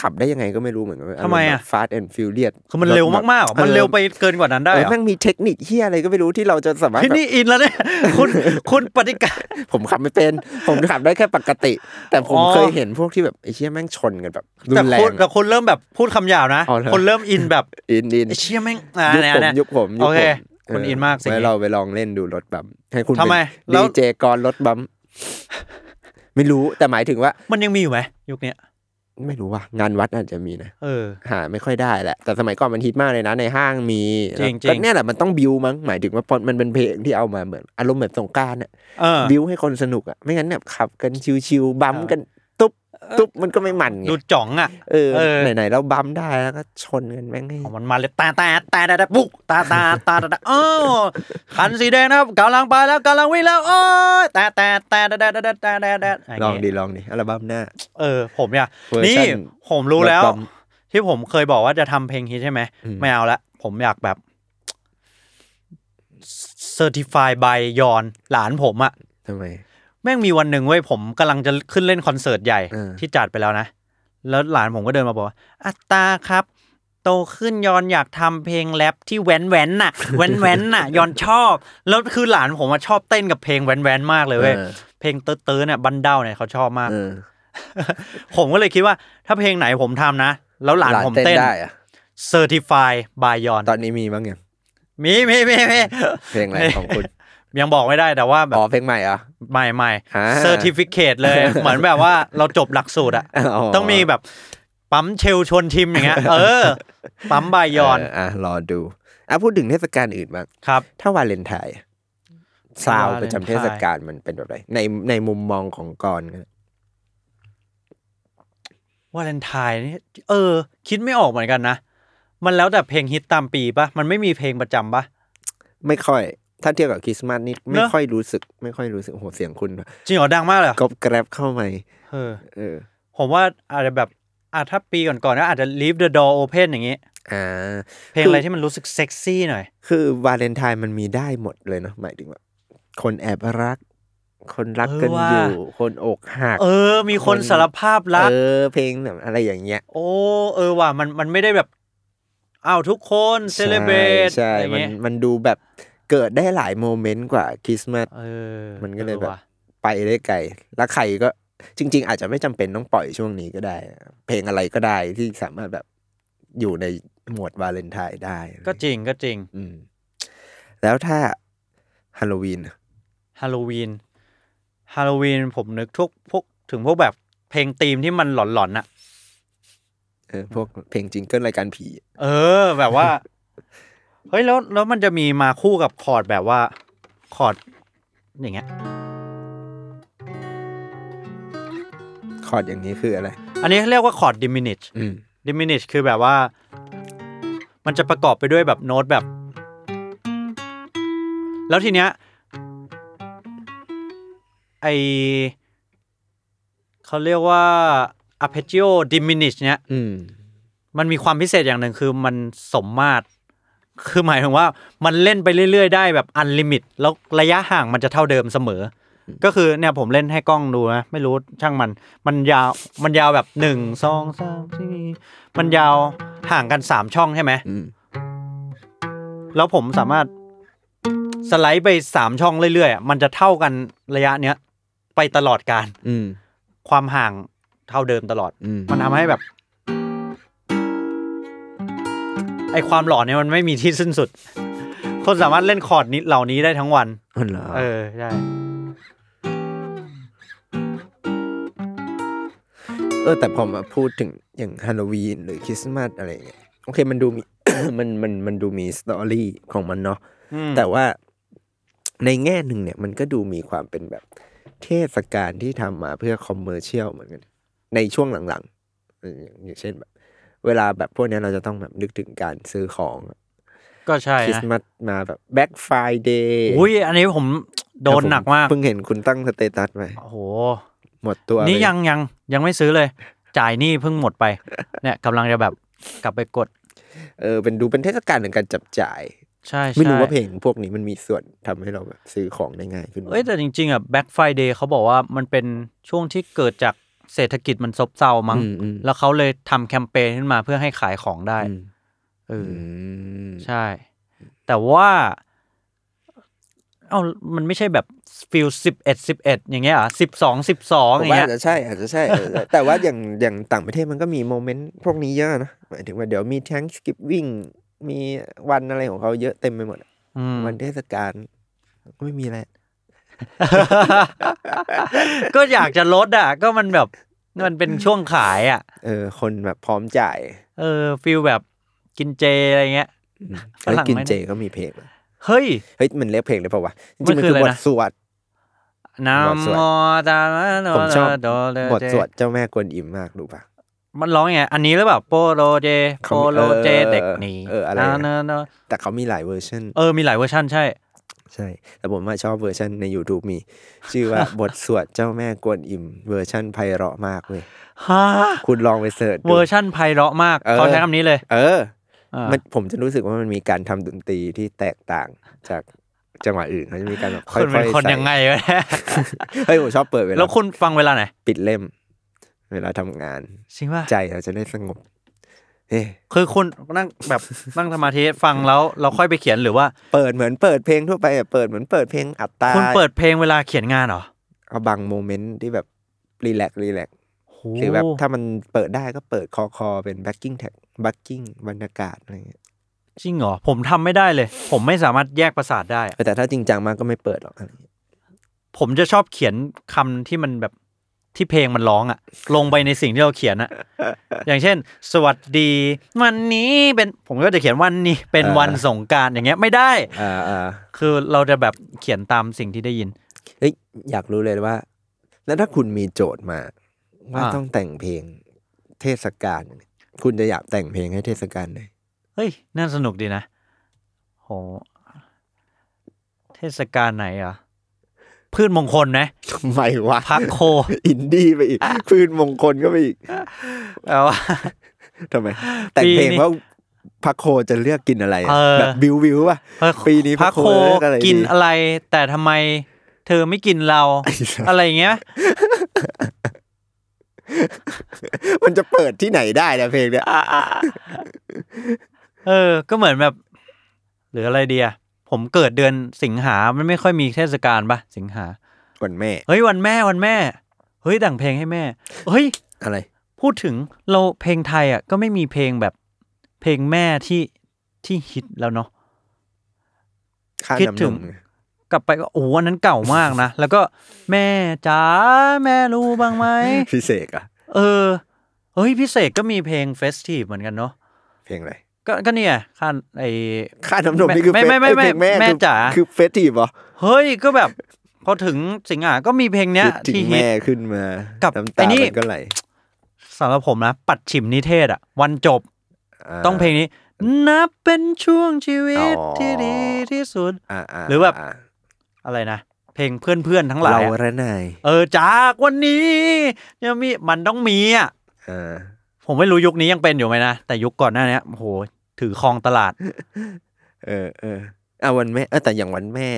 B: ขับได้ยังไงก็ไม่รู้เหมือนกัน
C: ทำไมอ่ะ
B: ฟาสต์แอนด์ฟิวเลีย
C: คือมันเร็วมากๆเหรอมันเร็วไปเกินกว่านั้นได้
B: เอ
C: เห
B: อ
C: รอ
B: แม่งมีเทคนิคเฮียอะไรก็ไม่รู้ที่เราจะสามารถ
C: พี่
B: แบบ
C: นี่อินแล้วเนี่ย คุณคุณปฏิการ
B: ผมขับไม่เป็น ผมขับได้แค่ปกติ แต่ผม
C: อ๋อ
B: เคยเห็นพวกที่แบบไอ้เฮียแม่งชนกันแบบรุ
C: แต่
B: นแร
C: คุณ
B: ง
C: แต่
B: อะ
C: คุณเริ่มแบบพูดคำหยาบนะ
B: อ๋อเหรอ
C: คนเริ่มอินแบบ
B: อินอิน
C: ไอ้เชี่ยแม่งอ่ะ
B: ยุคผม
C: เนี่ยเนี่ย
B: ยุคผมยุ
C: โอ
B: ค
C: เค
B: ผม
C: คุณอินมากสิ่งนี้
B: ไว้เราไปลองเล่นดูรถบัมป์ให้คุณ
C: ทำไมแล้
B: ดี
C: ว
B: เจกรรถบัมป์ไม่รู้แต่หมายถึงว่า
C: มันยังมีอยู่ไหมยุคเนี้ย
B: ไม่รู้ว่างานวัดอาจจะมีนะ
C: เออ
B: หาไม่ค่อยได้แหละ แต่สมัยก่อนมันฮิตมากเลยนะ ในห้างมี
C: จริงๆ
B: ก็เนี่ยแหละมันต้องบิวมั้งหมายถึงว่าพอมันเป็นเพลงที่เอามาเหมือนอารมณ์แบบสงกรารน่ะ
C: เออ
B: บิวให้คนสนุกอ่ะไม่งั้นเนี่ยขับกันชิวๆบัม
C: เออ
B: กันตุ๊บตุ๊บมันก็ไม่มันไง
C: ดูจ่องอ่ะ
B: เออ
C: เออ
B: ไหนๆเราบัมได้แล้วก็ชนกันแม่งให้
C: ของมันมาเลยตาตาตาตาตาปุ๊กตาตาตาตาตาเออคันสีแดงนะครับกำลังไปแล้วกำลังวิ่งแล้วโอ้ยตาตาตาตาตาตาตาตาตาตา
B: ลองดีลองดีอัลบั้มหน้า
C: เออ ผมเนี่ย
B: เวอร์ชั่น
C: นี่ผมรู้แล้ว
B: ดอทคอม
C: ที่ผมเคยบอกว่าจะทำเพลงฮิตใช่ไหม
B: อืม
C: ไม่เอาละ ผมอยากแบบ certified by ยอนหลานผมอะ
B: ทำไม
C: แม่งมีวันหนึ่งเว้ยผมกำลังจะขึ้นเล่นคอนเสิร์ตใหญ่
B: เออ
C: ที่จัดไปแล้วนะ แล้วหลานผมก็เดินมาบอกว่าอัตตาครับ โตขึ้นยอนอยากทำเพลงแรปที่แว้นแว้นๆ
B: *laughs*
C: น่ะ แว้นแว้นๆน่ะยอนชอบ แล้วคือหลานผมอะชอบเต้นกับเพลงแว้นแว้นๆมากเลยเว้ย
B: เออ
C: เพลงเติร์ดๆเนี่ยบันเด้าเนี่ยเขาชอบมาก
B: เออ
C: *laughs* ผมก็เลยคิดว่าถ้าเพลงไหนผมทำนะ แล้วหลานผมเต้น
B: ได้อะ
C: Certify by ยอน
B: ตอนนี้มีบ้างยัง
C: มีมีมีมี *laughs*
B: เพลงอะไรของคุณ
C: ยังบอกไม่ได้แต่ว่าแบบ
B: อ๋อเพลงใหม่เหรอ่ะ
C: ไม่ไม่
B: อ่า
C: เซอร์ติฟิเคตเลย เหมือนแบบว่าเราจบหลักสูตรอะต้องมีแบบปั๊มเชลชวนชิมอย่า
B: *laughs*
C: งเงี้ย เออ ปั๊มบายอน
B: อ่ะรอดูอ่ะพูดถึงเทศกาลอื่นบ้าง
C: ครับ
B: ถ้าวาเลนไทน์อะซาวด์
C: วา
B: ป
C: เลนไทน์
B: ระจำเทศกาลมันเป็นแบบไรในในมุมมองของกรณ์ก็
C: วาเลนไทน์นี่เออ คิดไม่ออกเหมือนกันนะ มันแล้วแต่เพลงฮิตตามปีปะมันไม่มีเพลงประจำปะ
B: ไม่ค่อย ถ้าเทียบกับคริสต์มาสนี่ไม่
C: เนอะ
B: ค่อยรู้สึก ไม่ค่อยรู้สึกโอ้โหเสียงคุณ
C: จริงเหรอดังมากเลยเหรอก
B: บแกร็บเข้ามา
C: เออ
B: เออ
C: ผมว่าอาจจะแบบอาถ้าปีก่อนๆก็อาจจะ leave the door open อย่างงี้
B: อ่า
C: เพลงอะไรที่มันรู้สึกเซ็กซี่หน่อย
B: คือวาเลนไทน์มันมีได้หมดเลยเนาะหมายถึงว่า คนแอบรัก คนรักกัน
C: เออว่ะ
B: อยู่ คนอกหัก
C: เออ มีคนสารภาพรัก
B: เออเพลงแบบอะไรอย่างเงี้ย
C: โอ้ เออว่ะมันมันไม่ได้แบบอ้าวทุกคนเซเลบรต
B: ใช่
C: อะไร
B: ใช่มัน
C: เงี้ย
B: มันดูแบบเกิดได้หลายโมเมนต์กว่าคริสต์มาส
C: เออ
B: มันก็เลย
C: ออ
B: แบบ
C: ว่ะ
B: ไปได้ไกล แล้วใครก็จริง ๆ อาจจะไม่จำเป็นต้องปล่อยช่วงนี้ก็ได้ เพลงอะไรก็ได้ที่สามารถแบบอยู่ในหมวดวาเลนไทน์ได้
C: ก็จริงก็จริง
B: อืม แล้วถ้าฮาโลวีนอะ
C: ฮาโลวีนฮาโลวีนผมนึกทุกพวกถึงพวกแบบเพลงธีมที่มันหลอนๆน่ะ
B: เออพวกเพลงจิงเกิลรายการผี
C: เออ แบบว่า เฮ้ยแล้วแล้วมันจะมีมาคู่กับคอร์ดแบบว่าคอร์ดอย่างเงี้ย
B: คอร์ดอย่างนี้คืออะไร
C: อันนี้เขาเรียกว่าคอร์ดดิมินิช
B: อืม
C: ดิมินิชคือแบบว่า มันจะประกอบไปด้วยแบบโน้ตแบบ แล้วทีเนี้ยไอเขาเรียกว่า arpeggio diminish เนี้ย
B: อืม
C: มันมีความพิเศษอย่างหนึ่งคือมันสมมาตร คือหมายถึงว่ามันเล่นไปเรื่อย ๆ ได้แบบอันลิมิต แล้วระยะห่างมันจะเท่าเดิมเสมออก็คือเนี่ยผมเล่นให้กล้องดูนะไม่รู้ช่างมัน มันยาวมันยาวแบบหนึ่งสองสามสี่มันยาวห่างกันสามช่องใช่ไหม
B: อืม
C: แล้วผมสามารถสไลด์ไปสามช่องเรื่อยๆอ่ะมันจะเท่ากันระยะเนี้ยไปตลอดการ
B: อืม
C: ความห่างเท่าเดิมตลอด
B: อืม
C: มันทำให้แบบไอความหลอนเนี่ยมันไม่มีที่สิ้นสุด คนสามารถเล่นคอร์ดนี้เหล่านี้ได้ทั้งวัน
B: อ๋อเหรอ
C: เออใช่
B: เออ แต่พอมาพูดถึงอย่างฮาโลวีนหรือคริสต์มาสอะไรอย่างเงี้ยโอเคมันดูมี *coughs* มันมันมันดูมีสตอรี่ของมันเนาะ
C: อืม
B: แต่ว่าในแง่หนึ่งเนี่ยมันก็ดูมีความเป็นแบบเทศกาลที่ทำมาเพื่อคอมเมอร์เชียลเหมือนกัน ในช่วงหลังๆเอออย่างเช่นแบบ เวลาแบบพวกเนี้ยเราจะต้องแบบนึกถึงการซื้อของ
C: ก็ใช่
B: คริส
C: นะ
B: ต์มาสมาแบบแบ็กฟ i เดย์
C: อุ้ยอันนี้ผมโดนหนักมาก
B: เพิ่งเห็นคุณตั้งสเตตัสไป
C: โอ้โห
B: หมดตัว
C: นี่
B: เลย
C: ยังยังยังไม่ซื้อเลย จ่ายหนี่เพิ่งหมดไป เนี่ยกำลังจะแบบกลับไปกด
B: เออเป็นดูเป็นเทศกาลของการจับจ่าย
C: ใช่ใช่
B: ไม่รู้ว่าเพลงพวกนี้มันมีส่วนทำให้เราแบบซื้อของได้ง่ายขึ้นไหม
C: เอ้ยแต่จริงๆอ่ะ Black Friday เขาบอกว่ามันเป็นช่วงที่เกิดจากเศรษฐกิจมันซบเซามั้ง
B: อืมอืม
C: แล้วเขาเลยทำแคมเปญขึ้นมาเพื่อให้ขายของได้
B: อืม
C: เออ
B: อื
C: อ
B: ม
C: ใช่ แต่ว่าเอ้ามันไม่ใช่แบบฟิลสิบเอ็ดสิบเอ็ดอย่างเงี้ยเหรอ่ะสิบสองสิบสอง
B: ผม
C: อย่าง
B: ว่า
C: เงี้
B: อาย จจะใช่อาจจะใช่เออแต่แต่ว่าอย่างอย่างต่างประเทศมันก็มีโมเมนต์พวกนี้เยอะนะหมายถึงว่าเดี๋ยวมีทั้งสกิปวิ่งมีวันอะไรของเขาเยอะเต็มไปหมดอะ
C: อืม *laughs*
B: วันเทศกา *laughs* ลก็ไม่มีอะไร
C: ก็อยากจะลดอ่ะ ก็มันแบบ มันเป็นช่วงขายอ่ะ
B: เออ คนแบบพร้อมจ่าย
C: เออฟิลแบบกินเจอะไรเงี้ย ฝรั่
B: เฮ้ย
C: ง
B: กิน
C: ไม่ได้
B: เจก็มีเพลงนะ
C: เฮ้ย
B: เฮ้ยมันเรียกเพลงเลยเปล่าวะจริงๆ
C: มั
B: มันน
C: คื
B: คื
C: อ
B: อ
C: อะไร
B: บ
C: นะ
B: ทสวด
C: นะ
B: บทสวด
C: โมตาโน
B: ผมชอบ
C: โดเรเจ
B: บทสวดเจ้าแม่กวนอิมมากรู้ปะ
C: มันร้องไง อันนี้หรือเปล่าโปโลเจโปโลเจเด็กหนี
B: เอออะไรนะ
C: นะนะนะ
B: แต่เขามีหลายเวอร์ชัน
C: เออมีหลายเวอร์ชันใช่
B: ใช่ แต่ผมว่าชอบเวอร์ชันใน YouTube มี ชื่อ
C: *laughs*
B: ว่า บทสวดเจ้าแม่กวนอิม เวอร์ชันไพเราะมากเว้ย
C: ฮะ
B: คุณลองไปเสิร์ชดู
C: เวอร์ชั่นไพเราะมาก
B: เออ
C: เขาใช้คำนี้เลย
B: เออ
C: อ่า
B: มันผมจะรู้สึกว่ามันมีการทำดนตรีที่แตกต่างจากจังหวะอื่นเขาจะมีการแบบ
C: ค
B: ค่อย
C: น
B: ๆ
C: เป็นคน
B: ใส่
C: ยังไงวะเนี่ย
B: เฮ้ยผมชอบเปิดเว
C: แล้
B: ลาว
C: คุณฟังเวลาไหน
B: ปิดเล่ม เวลาทำงาน
C: จริงป่ะ
B: ใจเราจะได้สงบเอ๊ะ
C: คือคุณนั่งแบบนั่งสมาธิฟัง *laughs* แล้วเราค่อยไปเขียนหรือว่า
B: เปิดเหมือนเปิดเพลงทั่วไปอะเปิดเหมือนเปิดเพลงอัตตา
C: คุณเปิดเพลงเวลาเขียนงานเหรอ
B: เอาบางโมเมนต์ที่แบบรีแลกรีแลก
C: โห
B: หรือแบบถ้ามันเปิดได้ก็เปิดคอคอเป็น backing tag backing บรรยากาศอะไรเงี้ย
C: จริงเหรอผมทำไม่ได้เลย ผมไม่สามารถแยกประสาทได้
B: เออแต่ถ้าจริงจังมากก็ไม่เปิดหรอกอะไรเงี้ย
C: ผมจะชอบเขียนคำที่มันแบบที่เพลงมันร้องอะลงไปในสิ่งที่เราเขียน *laughs* อะอย่างเช่น สวัสดี วันนี้เป็นผมก็จะเขียนวันนี้เป็นวันสงกรารอย่างเงี้ยไม่ได้
B: อ่าอ่า
C: คือเราจะแบบเขียนตามสิ่งที่ได้ยิน
B: เฮ้ยอยากรู้เลยว่า แล้วถ้าคุณมีโจทย์มา ว่า
C: อ่า
B: ต้องแต่งเพลงเทศกาลเนี่ยคุณจะอยากแต่งเพลงให้เทศกาลไหน *laughs*
C: เฮ้ย น่าสนุกดีนะ โห เทศกาลไหนอ่ะ พืชมงคลนะ
B: ทำไมวะ
C: พักโค
B: อินดี้ไปอีกคลื่นมงคลก็ไปอีก
C: แปลว่า
B: ทำไม แต่งเพลง
C: ปีนี้
B: ว่าพระโคจะเลือกกินอะไรอะ
C: เออ
B: แบบบิวบิวป่ะ *laughs* ปีนี้พ
C: พั
B: ระ
C: ก
B: โค
C: โค
B: เลือกอะไรดี
C: กินอะไร แต่ทำไมเธอไม่กินเรา อะไรอย่างเงี้ย
B: มันจะเปิดที่ไหนได้นะเพลงเนี้ย
C: เออ ก็เหมือนแบบ หรืออะไรเดียผมเกิดเดือนสิงหา มันไม่ค่อยมีเทศกาลปะสิงหา
B: วันแม่
C: เฮ้ย วันแม่วันแม่ เฮ้ยแต่งเพลงให้แม่ เฮ้ย
B: อะไร
C: พูดถึงเราเพลงไทยอ่ะก็ไม่มีเพลงแบบเพลงแม่ที่ที่ฮิตแล้วเนาะ
B: ค่า
C: คิด
B: น้ำ
C: ถึ
B: น
C: ง
B: ม
C: กลับไปก็โอ้โหอันนั้นเก่ามากนะ แล้วก็แม่จ๋าแม่รู้บ้างไหม
B: *laughs* พิเศษอะ
C: เออเฮ้ยพิเศษก็มีเพลงเฟสทีฟเหมือนกันเนาะ
B: เพลงอะไร
C: ก็ก็เนี่ยข้าไอ
B: ค่าน้ำนมนี่คือ
C: ไม่
B: เฟส
C: ไม่ไม่ไม่
B: เอ้ยเพลงแม่
C: แม่
B: คือ
C: จ๋า
B: คือเฟสทีฟเหรอ
C: เฮ้ยก็แบบ พอถึงสิงหาก็มีเพลงเนี้ย
B: คิดถึ
C: ที่
B: ง
C: ฮิต
B: แม่ขึ้นมา
C: กับ
B: น้ำ
C: ไอ้
B: ตา
C: นี่
B: มันก็ไหล
C: สำหรับผมนะ ปัดฉิมนิเทศอ่ะ วันจบ
B: า
C: ต้องเพลงนี้ นับเป็นช่วงชีวิต
B: อ๋อ
C: ที่ดีที่สุด
B: อ่าา
C: หรือแบบ
B: า
C: อะไรนะ เพลงเพื่อนๆทั้งหลา
B: เรา
C: ยอะ
B: ระนาย
C: เออจากวันนี้ยังมีมันต้องมีอ่ะ
B: อ่า
C: ผมไม่รู้ยุคนี้ยังเป็นอยู่ไหมนะ แต่ยุคก่อนหน้าเนี้ยโอ้โหถือครองตลาด
B: เออเอออ่ะวันแม่เออแต่อย่างวันแม่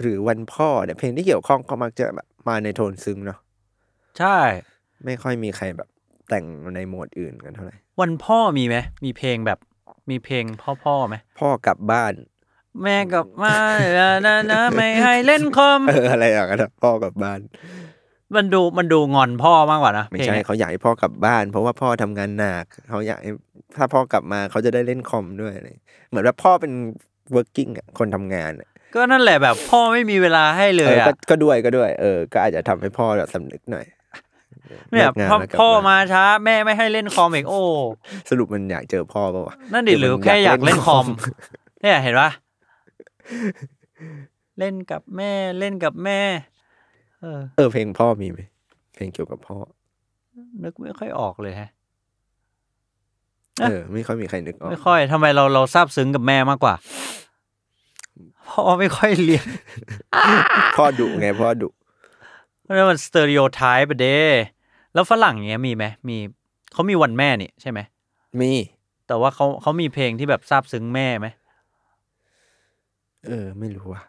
B: หรือวันพ่อเนี่ยเพลงที่เกี่ยวข้องก็มักจะแบบมาในโทนซึ้งเนาะ
C: ใช่
B: ไม่ค่อยมีใครแบบแต่งในโหมดอื่นกันเท่าไหร่
C: วันพ่อมีไหมมีเพลงแบบมีเพลงพ่อพ่อๆไหม
B: พ่อกลับบ้าน
C: แม่กับมานะนะนะไม่ให้เล่นคอม
B: เอออะไรอย่างเงี้ยพ่อกลับบ้าน
C: *laughs* มันดูมันดูงอนพ่อมากกว่านะ
B: ไม่
C: เพลง
B: ใช่
C: เนี้ย
B: เขาอยากให้พ่อกลับบ้าน เพราะว่าพ่อทำงานหนักเขาอยากให้ถ้าพ่อกลับมาเขาจะได้เล่นคอมด้วยอะไรเหมือนว่าพ่อเป็น working อะคนทำงานอะ
C: ก็นั่นแหละแบบพ่อไม่มีเวลาให้เล
B: เอยอ
C: อ่ะ
B: ก็ก็ด้วยก็ด้วย เออ ก็อาจจะทำให้พ่อแบบสำนึกหน่อย
C: เนี่ย
B: ลิกงาน
C: พ่อ
B: แล้วกลับ
C: พ่อมาช้าแม่ไม่ให้เล่นคอมอีกโอ้
B: สรุปมันอยากเจอพ่อป่าวะ
C: นั่นดิหรือแค่อยากเล่นคอม เนี่ยเห็นปะเล่นกับแม่เล่นกับแม่ เออ
B: เออเพลงพ่อมีไหมเพลงเกี่ยวกับพ่อ
C: นึกไม่ค่อยออกเลยฮะ
B: เออ ไม่ค่อยมีใครนึกออก
C: ไม่ค่อยทำไมเราเราซาบซึ้งกับแม่มากกว่าพ่อไม่ค่อยเลี้ยง
B: พ่อดุไงพ่อดุ
C: เพราะฉะนั้นมันสเตอริโอไทป์ไปเด้แล้วฝรั่งเนี้ยมีไหมมีเขามีวันแม่นี่ใช่ไหม
B: มี
C: แต่ว่าเขาเขามีเพลงที่แบบซาบซึ้งแม่ไหม
B: เออ ไม่รู้ว่ะ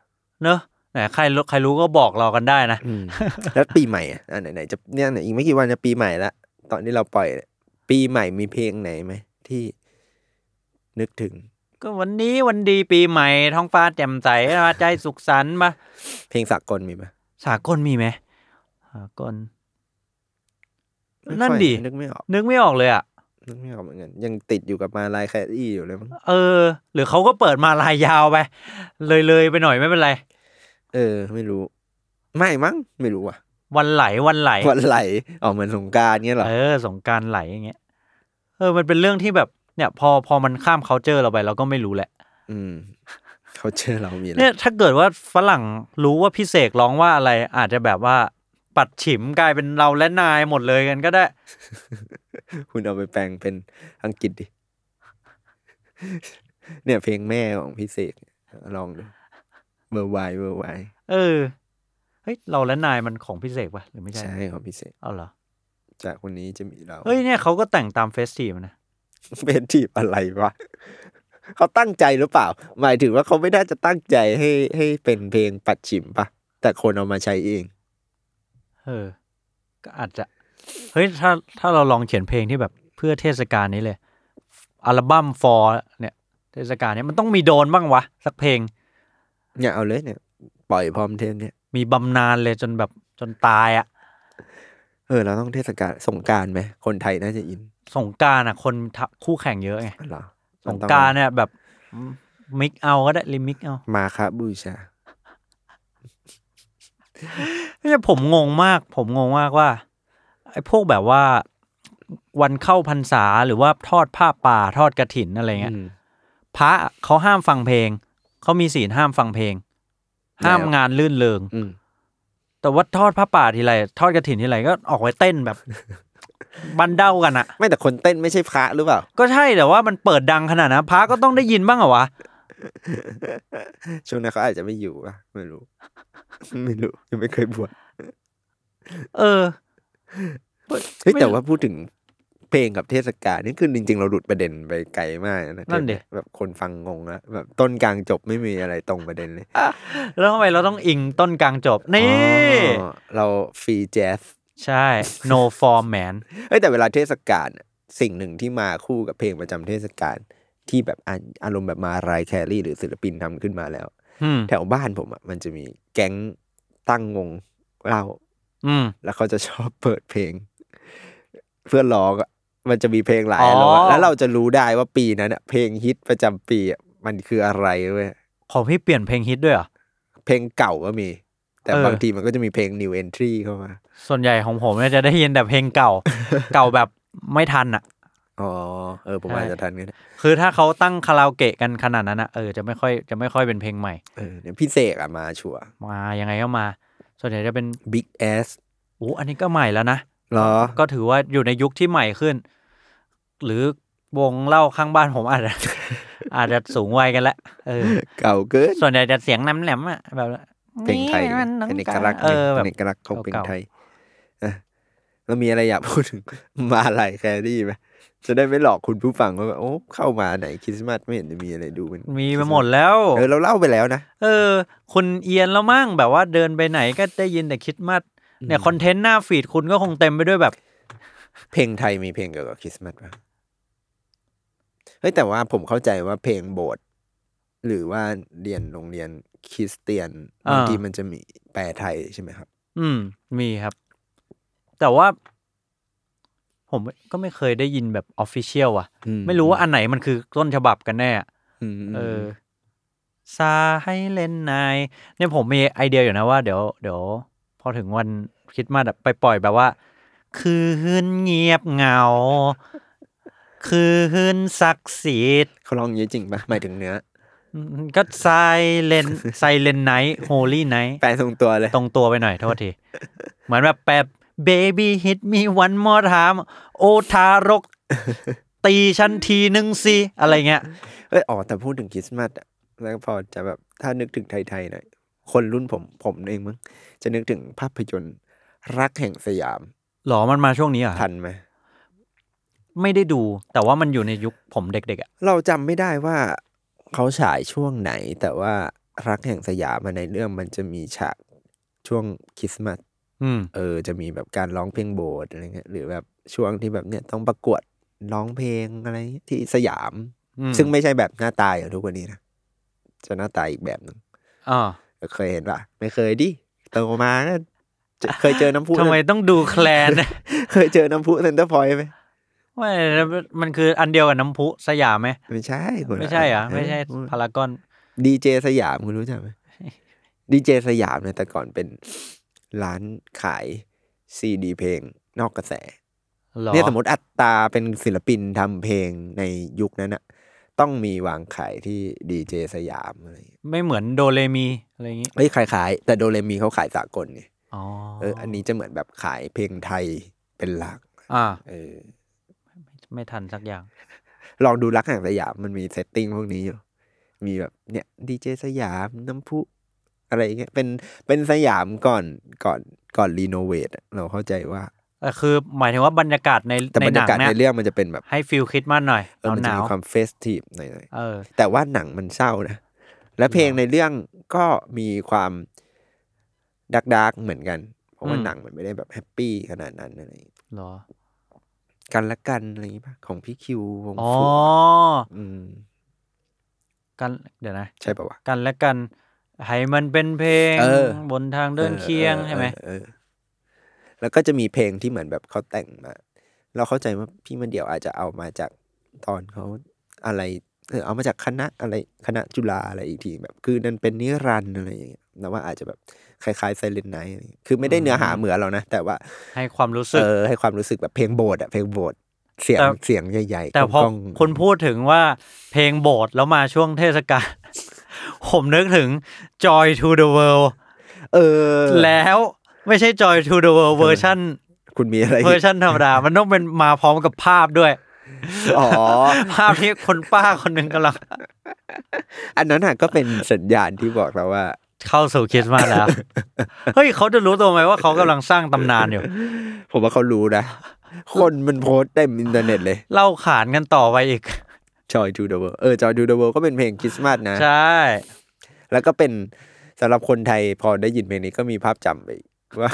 C: เนอะไหนใครรู้ใครรู้ก็บอกเรากันได้นะ
B: อืม *laughs* แล้วปีใหม่อ่ะอ่ะไหนๆจะเนี่ยอีกไม่กี่วันจะปีใหม่ละตอนที่เราปล่อยเนี่ยปีใหม่มีเพลงไหนไหมที่นึกถึง
C: ก็วันนี้วันดีปีใหม่ท้องฟ้าแจ่มใสใจสุขสันต์มา
B: เพลงสากลมีไหม
C: สากลมีไหมสากล
B: ไม่
C: นั่น
B: ค่อย
C: ดิ
B: นึกไม่ออก
C: นึกไม่ออกเลยอ่ะ
B: นึกไม่ออกเหมือนกันยังติดอยู่กับมาลายแคดดี้อยู่เลยมั้ง
C: เออ หรือเขาก็เปิดมาลายยาวไป เลยเลยไปหน่อยไม่เป็นไร
B: เออ ไม่รู้ ไม่มั้งไม่รู้อ่ะ
C: วันไหลวันไหล
B: วันไหลอ๋อเหมือนสงกรารเงี้ยเหรอ
C: เออสงกรารไหลอย่างเงี้ยเออมันเป็นเรื่องที่แบบเนี่ยพอพอมันข้ามเคาเจอเราไปเราก็ไม่รู้แหละ
B: อืมเขาเชื่อเรามีอะไร
C: เนี่ยถ้าเกิดว่าฝรั่งรู้ว่าพี่เสกร้องว่าอะไร อาจจะแบบว่าปัดฉิมกลายเป็นเราและนายหมดเลยกันก็ได้
B: คุณเอาไปแปลงเป็นอังกฤษดิ *laughs* เนี่ยเพลงแม่ของพี่เสกลองดูเบอร์ไวเบอร์ไว
C: เออเฮ้ยเราและนายมันของพี่เสกปะหรือไม่ใช่
B: ใช่ของพี่เสก
C: เอาเหรอ
B: จากคนนี้จะมีเรา
C: เฮ้ยเนี่ยเขาก็แต่งตามเฟสทีฟนะ
B: เป็นทีบอะไรวะเขาตั้งใจหรือเปล่า หมายถึงว่าเขาไม่ได้จะตั้งใจให้ให้เป็นเพลงปัดฉิมปะแต่คนเอามาใช้เอง
C: เออ ก็อาจจะเฮ้ยถ้าถ้าเราลองเขียนเพลงที่แบบเพื่อเทศกาลนี้เลย อัลบั้มฟอร์เนี่ย เทศกาลเนี้ยมันต้องมีโดนบ้างวะสักเพลง
B: เนี่ยเอาเลยเนี่ย ปล่อยพร้อมเทมเนี่ย
C: มีบำนาญเลยจนแบบจนตายอะ
B: เออเราต้องเทศกาลสงกรารไหมคนไทยน่าจะอิน
C: สงกรารอะคนทะคู่แข่งเยอะไง
B: อ๋อเหรอ
C: ส
B: มัน
C: ง
B: ต้อง
C: กรารเนี่ยแบบมิกเอาก็ได้ลิมิกเอา
B: มาคาบูชา
C: เนี่ยผมงงมาก ผมงงมากว่าไอ้พวกแบบว่าวันเข้าพรรษาหรือว่าทอดผ้าป่าทอดกระถินอะไรเงี้ย
B: อืม
C: พระเขาห้ามฟังเพลง เขามีศีลห้ามฟังเพลง ห้าม
B: แล้ว
C: งานลื่นเลง
B: อืม
C: แต่ว่าทอดผ้าป่าทีไรทอดกระถินทีไรก็ออกไปเต้น
B: *laughs*
C: แบบ บันเด้ากันอะ
B: ไม่แต่คนเต้นไม่ใช่พระหรือเปล่า
C: ก็ใช่แต่ว่ามันเปิดดังขนาดนะพระก็ต้องได้ยินบ้างเหรอวะ
B: ช่วงนั้นเขาอาจจะไม่อยู่ปะไม่รู้ ไม่รู้ยังไม่เคยบวช
C: เออ
B: เฮ้ย
C: ไม่
B: แต่ว่าพูดถึงเพลงกับเทศกาลนี่คือจริง ๆ เราหลุดประเด็นไปไกลมากนะ
C: นั่นดิ
B: เทปเยแบบคนฟังงงแล้วแบบต้นกลางจบไม่มีอะไรตรงประเด็นเลย
C: แล้วทำไมเราต้องอิงต้นกลางจบนี่
B: อ๋อเราฟรีแจ๊ส
C: ใช่ no form man
B: เฮ้ยแต่เวลาเทศกาลน่ะสิ่งหนึ่งที่มาคู่กับเพลงประจำเทศกาลที่แบบอ่ะอารมณ์แบบมารายแครี่ หรือศิลปินทำขึ้นมาแล้ว
C: อืม
B: แถวบ้านผมอ่ะมันจะมีแก๊งตั้งงงเหล้า
C: อืม
B: แล้วเขาจะชอบเปิดเพลง เพื่อร้องอะมันจะมีเพลงหลาย
C: อ๋ออ
B: อารมณ์อะแล้วเราจะรู้ได้ว่าปีนั้นอะเพลงฮิตประจำปีอะมันคืออะไรเว้ย
C: ของพี่เปลี่ยนเพลงฮิตด้วยเหรอ
B: เพลงเก่าก็มี แต่
C: เออ
B: บางทีมันก็จะมีเพลง new entry เข้ามา
C: ส่วนใหญ่ของผมเนี่ยจะได้ยินแต่เพลง
B: *laughs*
C: เก่า เก่าแบบไม่ทันอ่ะ
B: อ๋อเออผม
C: ใช่
B: อาจจะทันกันนะ
C: คือถ้าเขาตั้งคาราโอเกะกันขนาดนั้นอ่ะเออจะไม่ค่อยจะไม่ค่อยเป็นเพลงใหม่
B: เออเนี่ยพี่เสกอะมาชัวร์
C: มายังไงก็มา ส่วนใหญ่จะเป็น
B: big ass
C: โอ้อันนี้ก็ใหม่แล้วนะ
B: เหรอ
C: ก็ถือว่าอยู่ในยุคที่ใหม่ขึ้น หรือวงเล่าข้างบ้านผมอาจจะ *laughs* อาจจะสูงวัยกันแล้วเออ
B: เก่าเกิน
C: ส่วนใหญ่จะเสียงแหลมแหลมๆอ่ะแบบ
B: เพลงไทย
C: มันต้ง
B: เป็นเอก
C: การ
B: ลักษณ์
C: เออแบ
B: เป็
C: บ
B: นเอกลักษณ์ของเพลง
C: เก่าๆ
B: ไทยอ่ะแล้วมีอะไรอยากพูดถึง มาลายแครี่ไหมจะได้ไม่หลอกคุณผู้ฟังว่าแบบโอ้เข้ามาไหนคริสต์มาสไม่เห็นจะมีอะไรดูน
C: มีไปหมดแล้ว
B: เออเราเล่าไปแล้วนะ
C: เออคุณเอียนแล้วมั่งแบบว่าเดินไปไหนก็ได้ยินแต่คริดมัดเนี่ยคอนเทนต์หน้าฟีดคุณก็คงเต็มไปด้วยแบบ
B: เพลงไทยมีเพลงเกี่ยวกับคริสต์มาสป่ะเฮ้ยแต่ว่าผมเข้าใจว่าเพลงโบสถ์หรือว่าเรียนโรงเรียนคริสเตียน
C: อ่า
B: บางทีมันจะมีแปลไทยใช่ไหมครับ
C: อืม มีครับ แต่ว่า ผมก็ไม่เคยได้ยินแบบออฟฟิเชียลอ่ะ
B: อืม
C: ไม่รู้ว่าอันไหนมันคือต้นฉบับกันแน่อะ
B: ม
C: เออซาให้เล่นนายเนี่ยผมมีไอเดียอยู่นะว่าเดี๋ยวเดี๋ยวพอถึงวันคริดมาสอะไปปล่อยแบบว่า คืนเงียบเหงา คืนศักดิ์สิทธิ
B: เขาลองเยอะจริงป่ะหมายถึงเนื้อ
C: อืมก็ไซเลนไซเลนไนท์โฮลี่ไนท์
B: แปลทรงตัวเลย
C: ตรงตัวไปหน่อยโทษที เหมือนแบบแบบ baby hit me one more time โอทารก ตีฉันทีหนึ่งสิอะไรเงี้ย
B: เอ้ยอ๋อแต่พูดถึงคริสต์มาสอะแล้วพอจะแบบถ้านึกถึงไทยๆหน่อยคนรุ่นผมผมเองมั้งจะนึกถึงภาพยนตร์รักแห่งสยาม
C: หรอมันมาช่วงนี้เหรอ่ะ
B: ทันไหม
C: ไม่ได้ดูแต่ว่ามันอยู่ในยุคผมเด็กๆอ่ะ
B: เราจำไม่ได้ว่าเขาฉายช่วงไหน แต่ว่ารักแห่งสยามอะในเรื่องมันจะมีฉากช่วงคริสต์มาส
C: อืม
B: เออจะมีแบบการร้องเพลงโบสถ์อะไรเงี้ยหรือแบบช่วงที่แบบเนี่ยต้องประกวดร้องเพลงอะไรเงี้ยที่สยาม
C: อืม
B: ซึ่งไม่ใช่แบบหน้าตายอย่างทุกวันนี้นะจะหน้าตายอีกแบบหนึ่ง
C: อ่า
B: เคยเห็นปะไม่เคยดิโตมาก็จะเคยเจอน้ำพุ *laughs*
C: ทำไมต้องดูแคล *laughs* น
B: เคยเจอน้ำพุเซนเตอร์พอยต์ไหม
C: ว่ามันคืออันเดียวกับน้ำพุสยามไหม
B: ไม่ใช่คนล
C: ไม่ใช่เหรอ่ะ
B: น
C: ไม่ใช่
B: เออ
C: พารากอน
B: ดีเจสยามคุณรู้จักไหม ดีเจสยามเนี่ยแต่ก่อนเป็น ร้านขายซีดีเพลงนอกกระแส
C: หรอ
B: เนี่ยสมมติอัตราเป็นศิลปินทำเพลงในยุคนั้นอะต้องมีวางขายที่ดีเจสยามอะไรอย่างเงี้ย
C: ไม่เหมือนโดเรมีอะไรอย่างงี้
B: เฮ้ยขายขายๆแต่โดเรมีเขาขายสากลไง
C: อ๋อ
B: เอออันนี้จะเหมือนแบบขายเพลงไทยเป็นหลัก
C: อ่า
B: เออ
C: ไม่ไม่ทันสักอย่าง
B: ลองดูรักแห่งสยามมันมีเซตติ้งพวกนี้อยู่ มีแบบเนี่ยดีเจสยามน้ำพุอะไรอย่างเงี้ยเป็นเป็นสยามก่อนก่อนก่อนรีโนเวทอะเราเข้าใจว่า
C: แต่คือหมายถึงว่าบรรยากาศใน
B: แต่บรร
C: ห
B: ยา
C: นัง
B: กาศใน
C: เนี่ย
B: เรื่องมันจะเป็นแบบ
C: ให้ฟิลคริดมากหน่อย
B: เออมัน
C: ห
B: จะ
C: นาว
B: มีความเฟสทีฟหน่อยๆ
C: ๆเออ
B: แต่ว่าหนังมันเศร้านะ และเพลงในเรื่องก็มีความดักดักๆเหมือนกัน เพราะว่า
C: อืม
B: หนังมันไม่ได้แบบแฮปปี้ขนาดนั้นอะไรอย่างงี้
C: เหรอ
B: กันละกันอะไรอย่างงี้ป่ะของพี่คิววง
C: อ๋อ
B: ฟูม
C: กันเดี๋ยวนะ
B: ใช่ป่าวะ
C: กันและกันให้มันเป็นเพลง
B: เออ
C: บนทางเดินเคียง
B: ออ
C: ใช่ไหม
B: เออเออแล้วก็จะมีเพลงที่เหมือนแบบเขาแต่งมา เราเข้าใจว่าพี่มันเดี่ยวอาจจะเอามาจากตอนเขาอะไรเออเอามาจากคณะอะไรคณะจุฬาอะไรอีกทีแบบ คือนั่นเป็นนิรันดร์อะไรอย่างเงี้ยนะว่าอาจจะแบบคล้ายๆไซเลนไนท์คือไม่ได้เนื้อหาเหมือนเรานะ แต่ว่า
C: ให้ความรู้สึ
B: เอก อให้ความรู้สึกแบบเพลงโบสถ์อะเพลงโบสถ์เสียง
C: แต่
B: เสียงใหญ่ๆ
C: แต่พอก
B: ล้องๆ
C: คุณพูดถึงว่าเพลงโบสถ์แล้วมาช่วงเทศกาล *laughs* ผมนึกถึง Joy to the World
B: เออ
C: แล้วไม่ใช่ Joy to the World เวอร์ชัน
B: คุณมีอะไรอีก
C: เวอร์ชันธรรมดา มันต้องเป็นมาพร้อมกับภาพด้วย
B: อ๋อ
C: ภาพที่คนป้าคนหนึ่งกำลัง
B: อันนั้นอะก็เป็นสัญญาณที่บอกเราว่า
C: เข้าสู่คริสต์มาส
B: *laughs*
C: แล้ว เฮ้ยเขาจะรู้ตัวไหมว่าเขากำลังสร้างตำนานอยู่
B: *laughs* ผมว่าเขารู้นะ คนมันโพสต์เต็มอินเทอร์เน็ตเลย
C: เล่าขานกันต่อไปอีก
B: Joy to the World เออ Joy to the World ก็เป็นเพลงคริสต์มาสนะ
C: ใช่
B: แล้วก็เป็นสำหรับคนไทยพอได้ยินเพลงนี้ก็มีภาพจำไปอีก *laughs* ว่า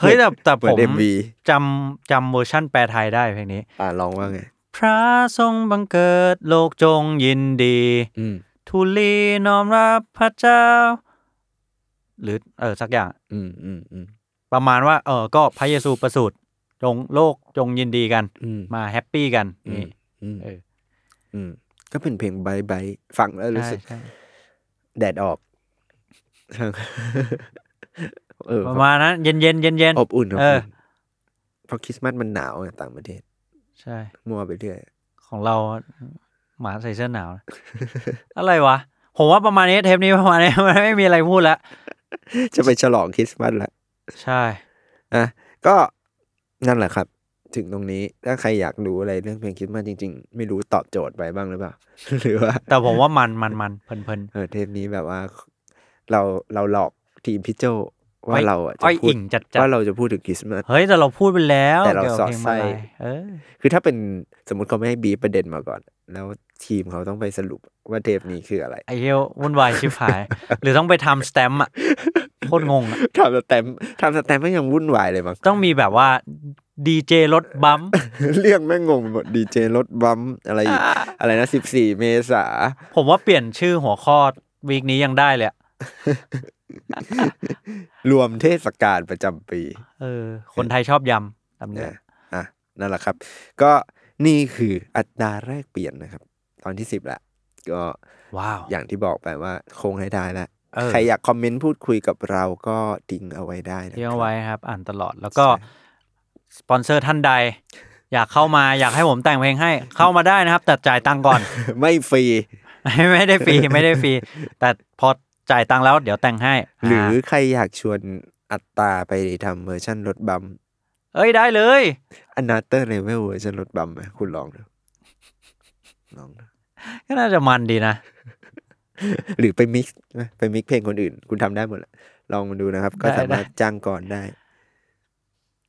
C: เฮ้ยแต่แต่
B: เหมื
C: ผ
B: อน
C: ม
B: เอ็มวี
C: จำจำเวอร์ชั่นแปลไทยได้เพลงนี้
B: อ่าร้องว่าไง
C: พระทรงบังเกิดโลกจงยินดี
B: อืม
C: ทูลีน้อมรับพระเจ้า หรือเออสักอย่าง
B: อืมอืมอืม
C: ประมาณว่า เออก็พระเยซูประสูติจงโลกจงยินดีกัน
B: อืม
C: มาแฮปปี้กัน
B: อืม
C: นี่
B: อืม
C: เออ
B: อืมก็เป็นเพลงบายบายฟังแล้วรู้สึก
C: ใช่ใช่
B: แดดออก *laughs* เออ
C: ประมาณนั้นเย็นเย็นเย็นเย็น
B: อบอุ่นอบ
C: เอ
B: อุ่
C: อ
B: นเพราะคริสต์มาสมันหนาวไงต่างประเทศ
C: ใช่
B: มัวไปเรื่อย
C: ของเราหมาใส่เสื้อหนาวนะ *laughs* อะไรวะ ผมว่าประมาณนี้เทปนี้ประมาณนี้ *laughs* มันไม่มีอะไรพูดแล้ว
B: จะไปฉลองคริสต์มาสละ
C: ใช่
B: อ่ะก็นั่นแหละครับ ถึงตรงนี้ ถ้าใครอยากรู้อะไรเรื่องเพลงคริสต์มาสจริง ๆ ไม่รู้ตอบโจทย์ไปบ้างหรือเป *laughs* ล่า หรือว่า
C: แต่ผมว่ามันมันมันเพลินเพลิน
B: เออเทปนี้แบบว่า เราเราหลอกทีมพี่โจว่า
C: อ้อย
B: เราอ่ะจะ
C: อ้อย
B: พูด
C: อิ่งจัดๆ
B: ว่าเราจะพูดถึงคริสต์มาส
C: เฮ้ย แต่เราพูดไปแล้ว
B: แต่เรา
C: กี่ยวกับพล
B: สอด
C: ง
B: ไส้
C: มาลัยเออ
B: คือถ้าเป็นสมมติเขาไม่ให้บีบประเด็นมาก่อน แล้วทีมเขาต้องไปสรุปว่าเทปนี้คืออะไร
C: ไอเหี้ยวุ่นวายชิบหาย *laughs* หรือต้องไปทำสแตมป์อ่ะ *laughs* โคตรงงอ่ะ
B: ทำสแตมป์ทำสแตมป์ไม่ยังวุ่นวายเลยมั้ง *laughs*
C: ต้องมีแบบว่าดีเจรถบัมป์
B: เรื่องแม่งงงไปหมดดีเจรถบัมอะไรอีกอะไรนะสิบสี่เมษา *laughs*
C: ผมว่าเปลี่ยนชื่อหัวข้อวีคนี้ยังได้เลยอะ
B: รวมเทศกาลประจำปี
C: เออ คนไทยชอบยำจำได้
B: นะอ่ะนั่นแหละครับ ก็นี่คืออัตราแรกเปลี่ยนนะครับ ตอนที่สิบละก็
C: ว้าว
B: อย่างที่บอกไปว่าคงให้ได้ละ
C: เออ
B: ใครอยากคอมเมนต์พูดคุยกับเราก็ทิ้งเอาไว้ได้นะ
C: เที่
B: ค
C: ย
B: รับ
C: วไว้ครับ อ่านตลอดแล้วก็
B: ใช่
C: สปอนเซอร์ท่านใด อยากเข้ามาอยากให้ผมแต่งเพลงให้เข้ามาได้นะครับ แต่จ่ายตังค์ก่อน
B: *laughs*
C: *laughs*
B: ไม่ฟรี
C: ไม่ได้ฟรีไม่ได้ฟรีแต่พอจ่ายตังค์แล้วเดี๋ยวแต่งให้
B: หรือ
C: อ่า
B: ใครอยากชวนอัตตาไปทำเวอร์ชันรถบัม
C: เอ้ยได้เลย
B: อันนาเตอร์เลเวลเวอร์ชันรถบัมไหมคุณลอง
C: *laughs*
B: ดูลองดู
C: ก็น่าจะมันดีนะ
B: หรือไปมิกซ์นะไปมิกซ์เพลงคนอื่น คุณทำได้หมดแหละลองมาดูนะครับ ก็
C: ได้
B: สามารถจ้างก่อนได้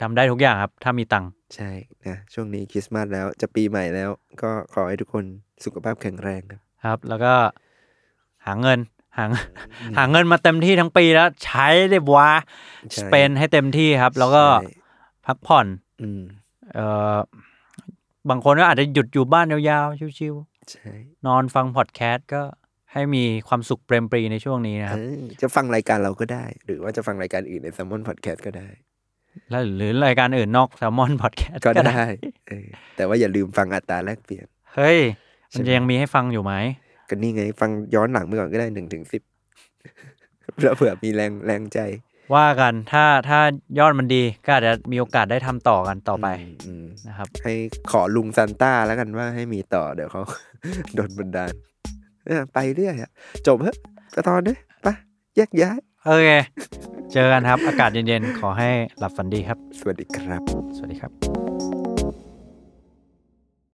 C: ทำได้ทุกอย่างครับ ถ้ามีตังค์
B: ใช่นะช่วงนี้คริสต์มาสแล้วจะปีใหม่แล้ว ก็ขอให้ทุกคนสุขภาพแข็งแรงครับ
C: ครับ แล้วก็หาเงินหาเงินหาเงินมาเต็มที่ทั้งปีแล้ว ใช้ได้บัว
B: ใช่
C: สเปนให้เต็มที่ครับ แล้วก็
B: ใช่
C: พักผ่อน
B: อืม
C: เอ่อบางคนก็อาจจะหยุดอยู่บ้านยาวๆชิวๆ
B: ใช่
C: นอนฟังพอดแคสต์ก็ให้มีความสุขเปรมปรีในช่วงนี้นะครับ
B: เออจะฟังรายการเราก็ได้ หรือว่าจะฟังรายการอื่นใน s ซ l m o n Podcast ก็ได้
C: แล้วหรือรายการอื่นนอกแซลมอนพอดแคสต์
B: ก็ได้เออแต่ว่าอย่าลืมฟังอัตราแลกเปลี่ยน
C: เฮ้ย
B: ใช่
C: มัน
B: ไหม
C: จะยังมีให้ฟังอยู่ไหม
B: ก็ *laughs* นี่ไง ฟังย้อนหลังไปก่อนก็ได้หนึ่งถึงสิบเผื่อมีแรงแรงใจ
C: ว่ากันถ้าถ้ายอดมันดีก็อาจจะมีโอกาสได้ทำต่อกันต่อไป
B: อืม
C: นะครับ
B: ให้ขอลุงซันต้าแล้วกันว่าให้มีต่อเดี๋ยวเขา *laughs* โดนบันดาลเออไปเรื่อยอะจบเฮ้ยกระตอนเด้ไปะแยกย้าย
C: โอเค เจอกันครับ อากาศเย็นๆ ขอให้หลับฝันดีครับ
B: สวัสดีครับ
C: สวัสดีครับ
D: ค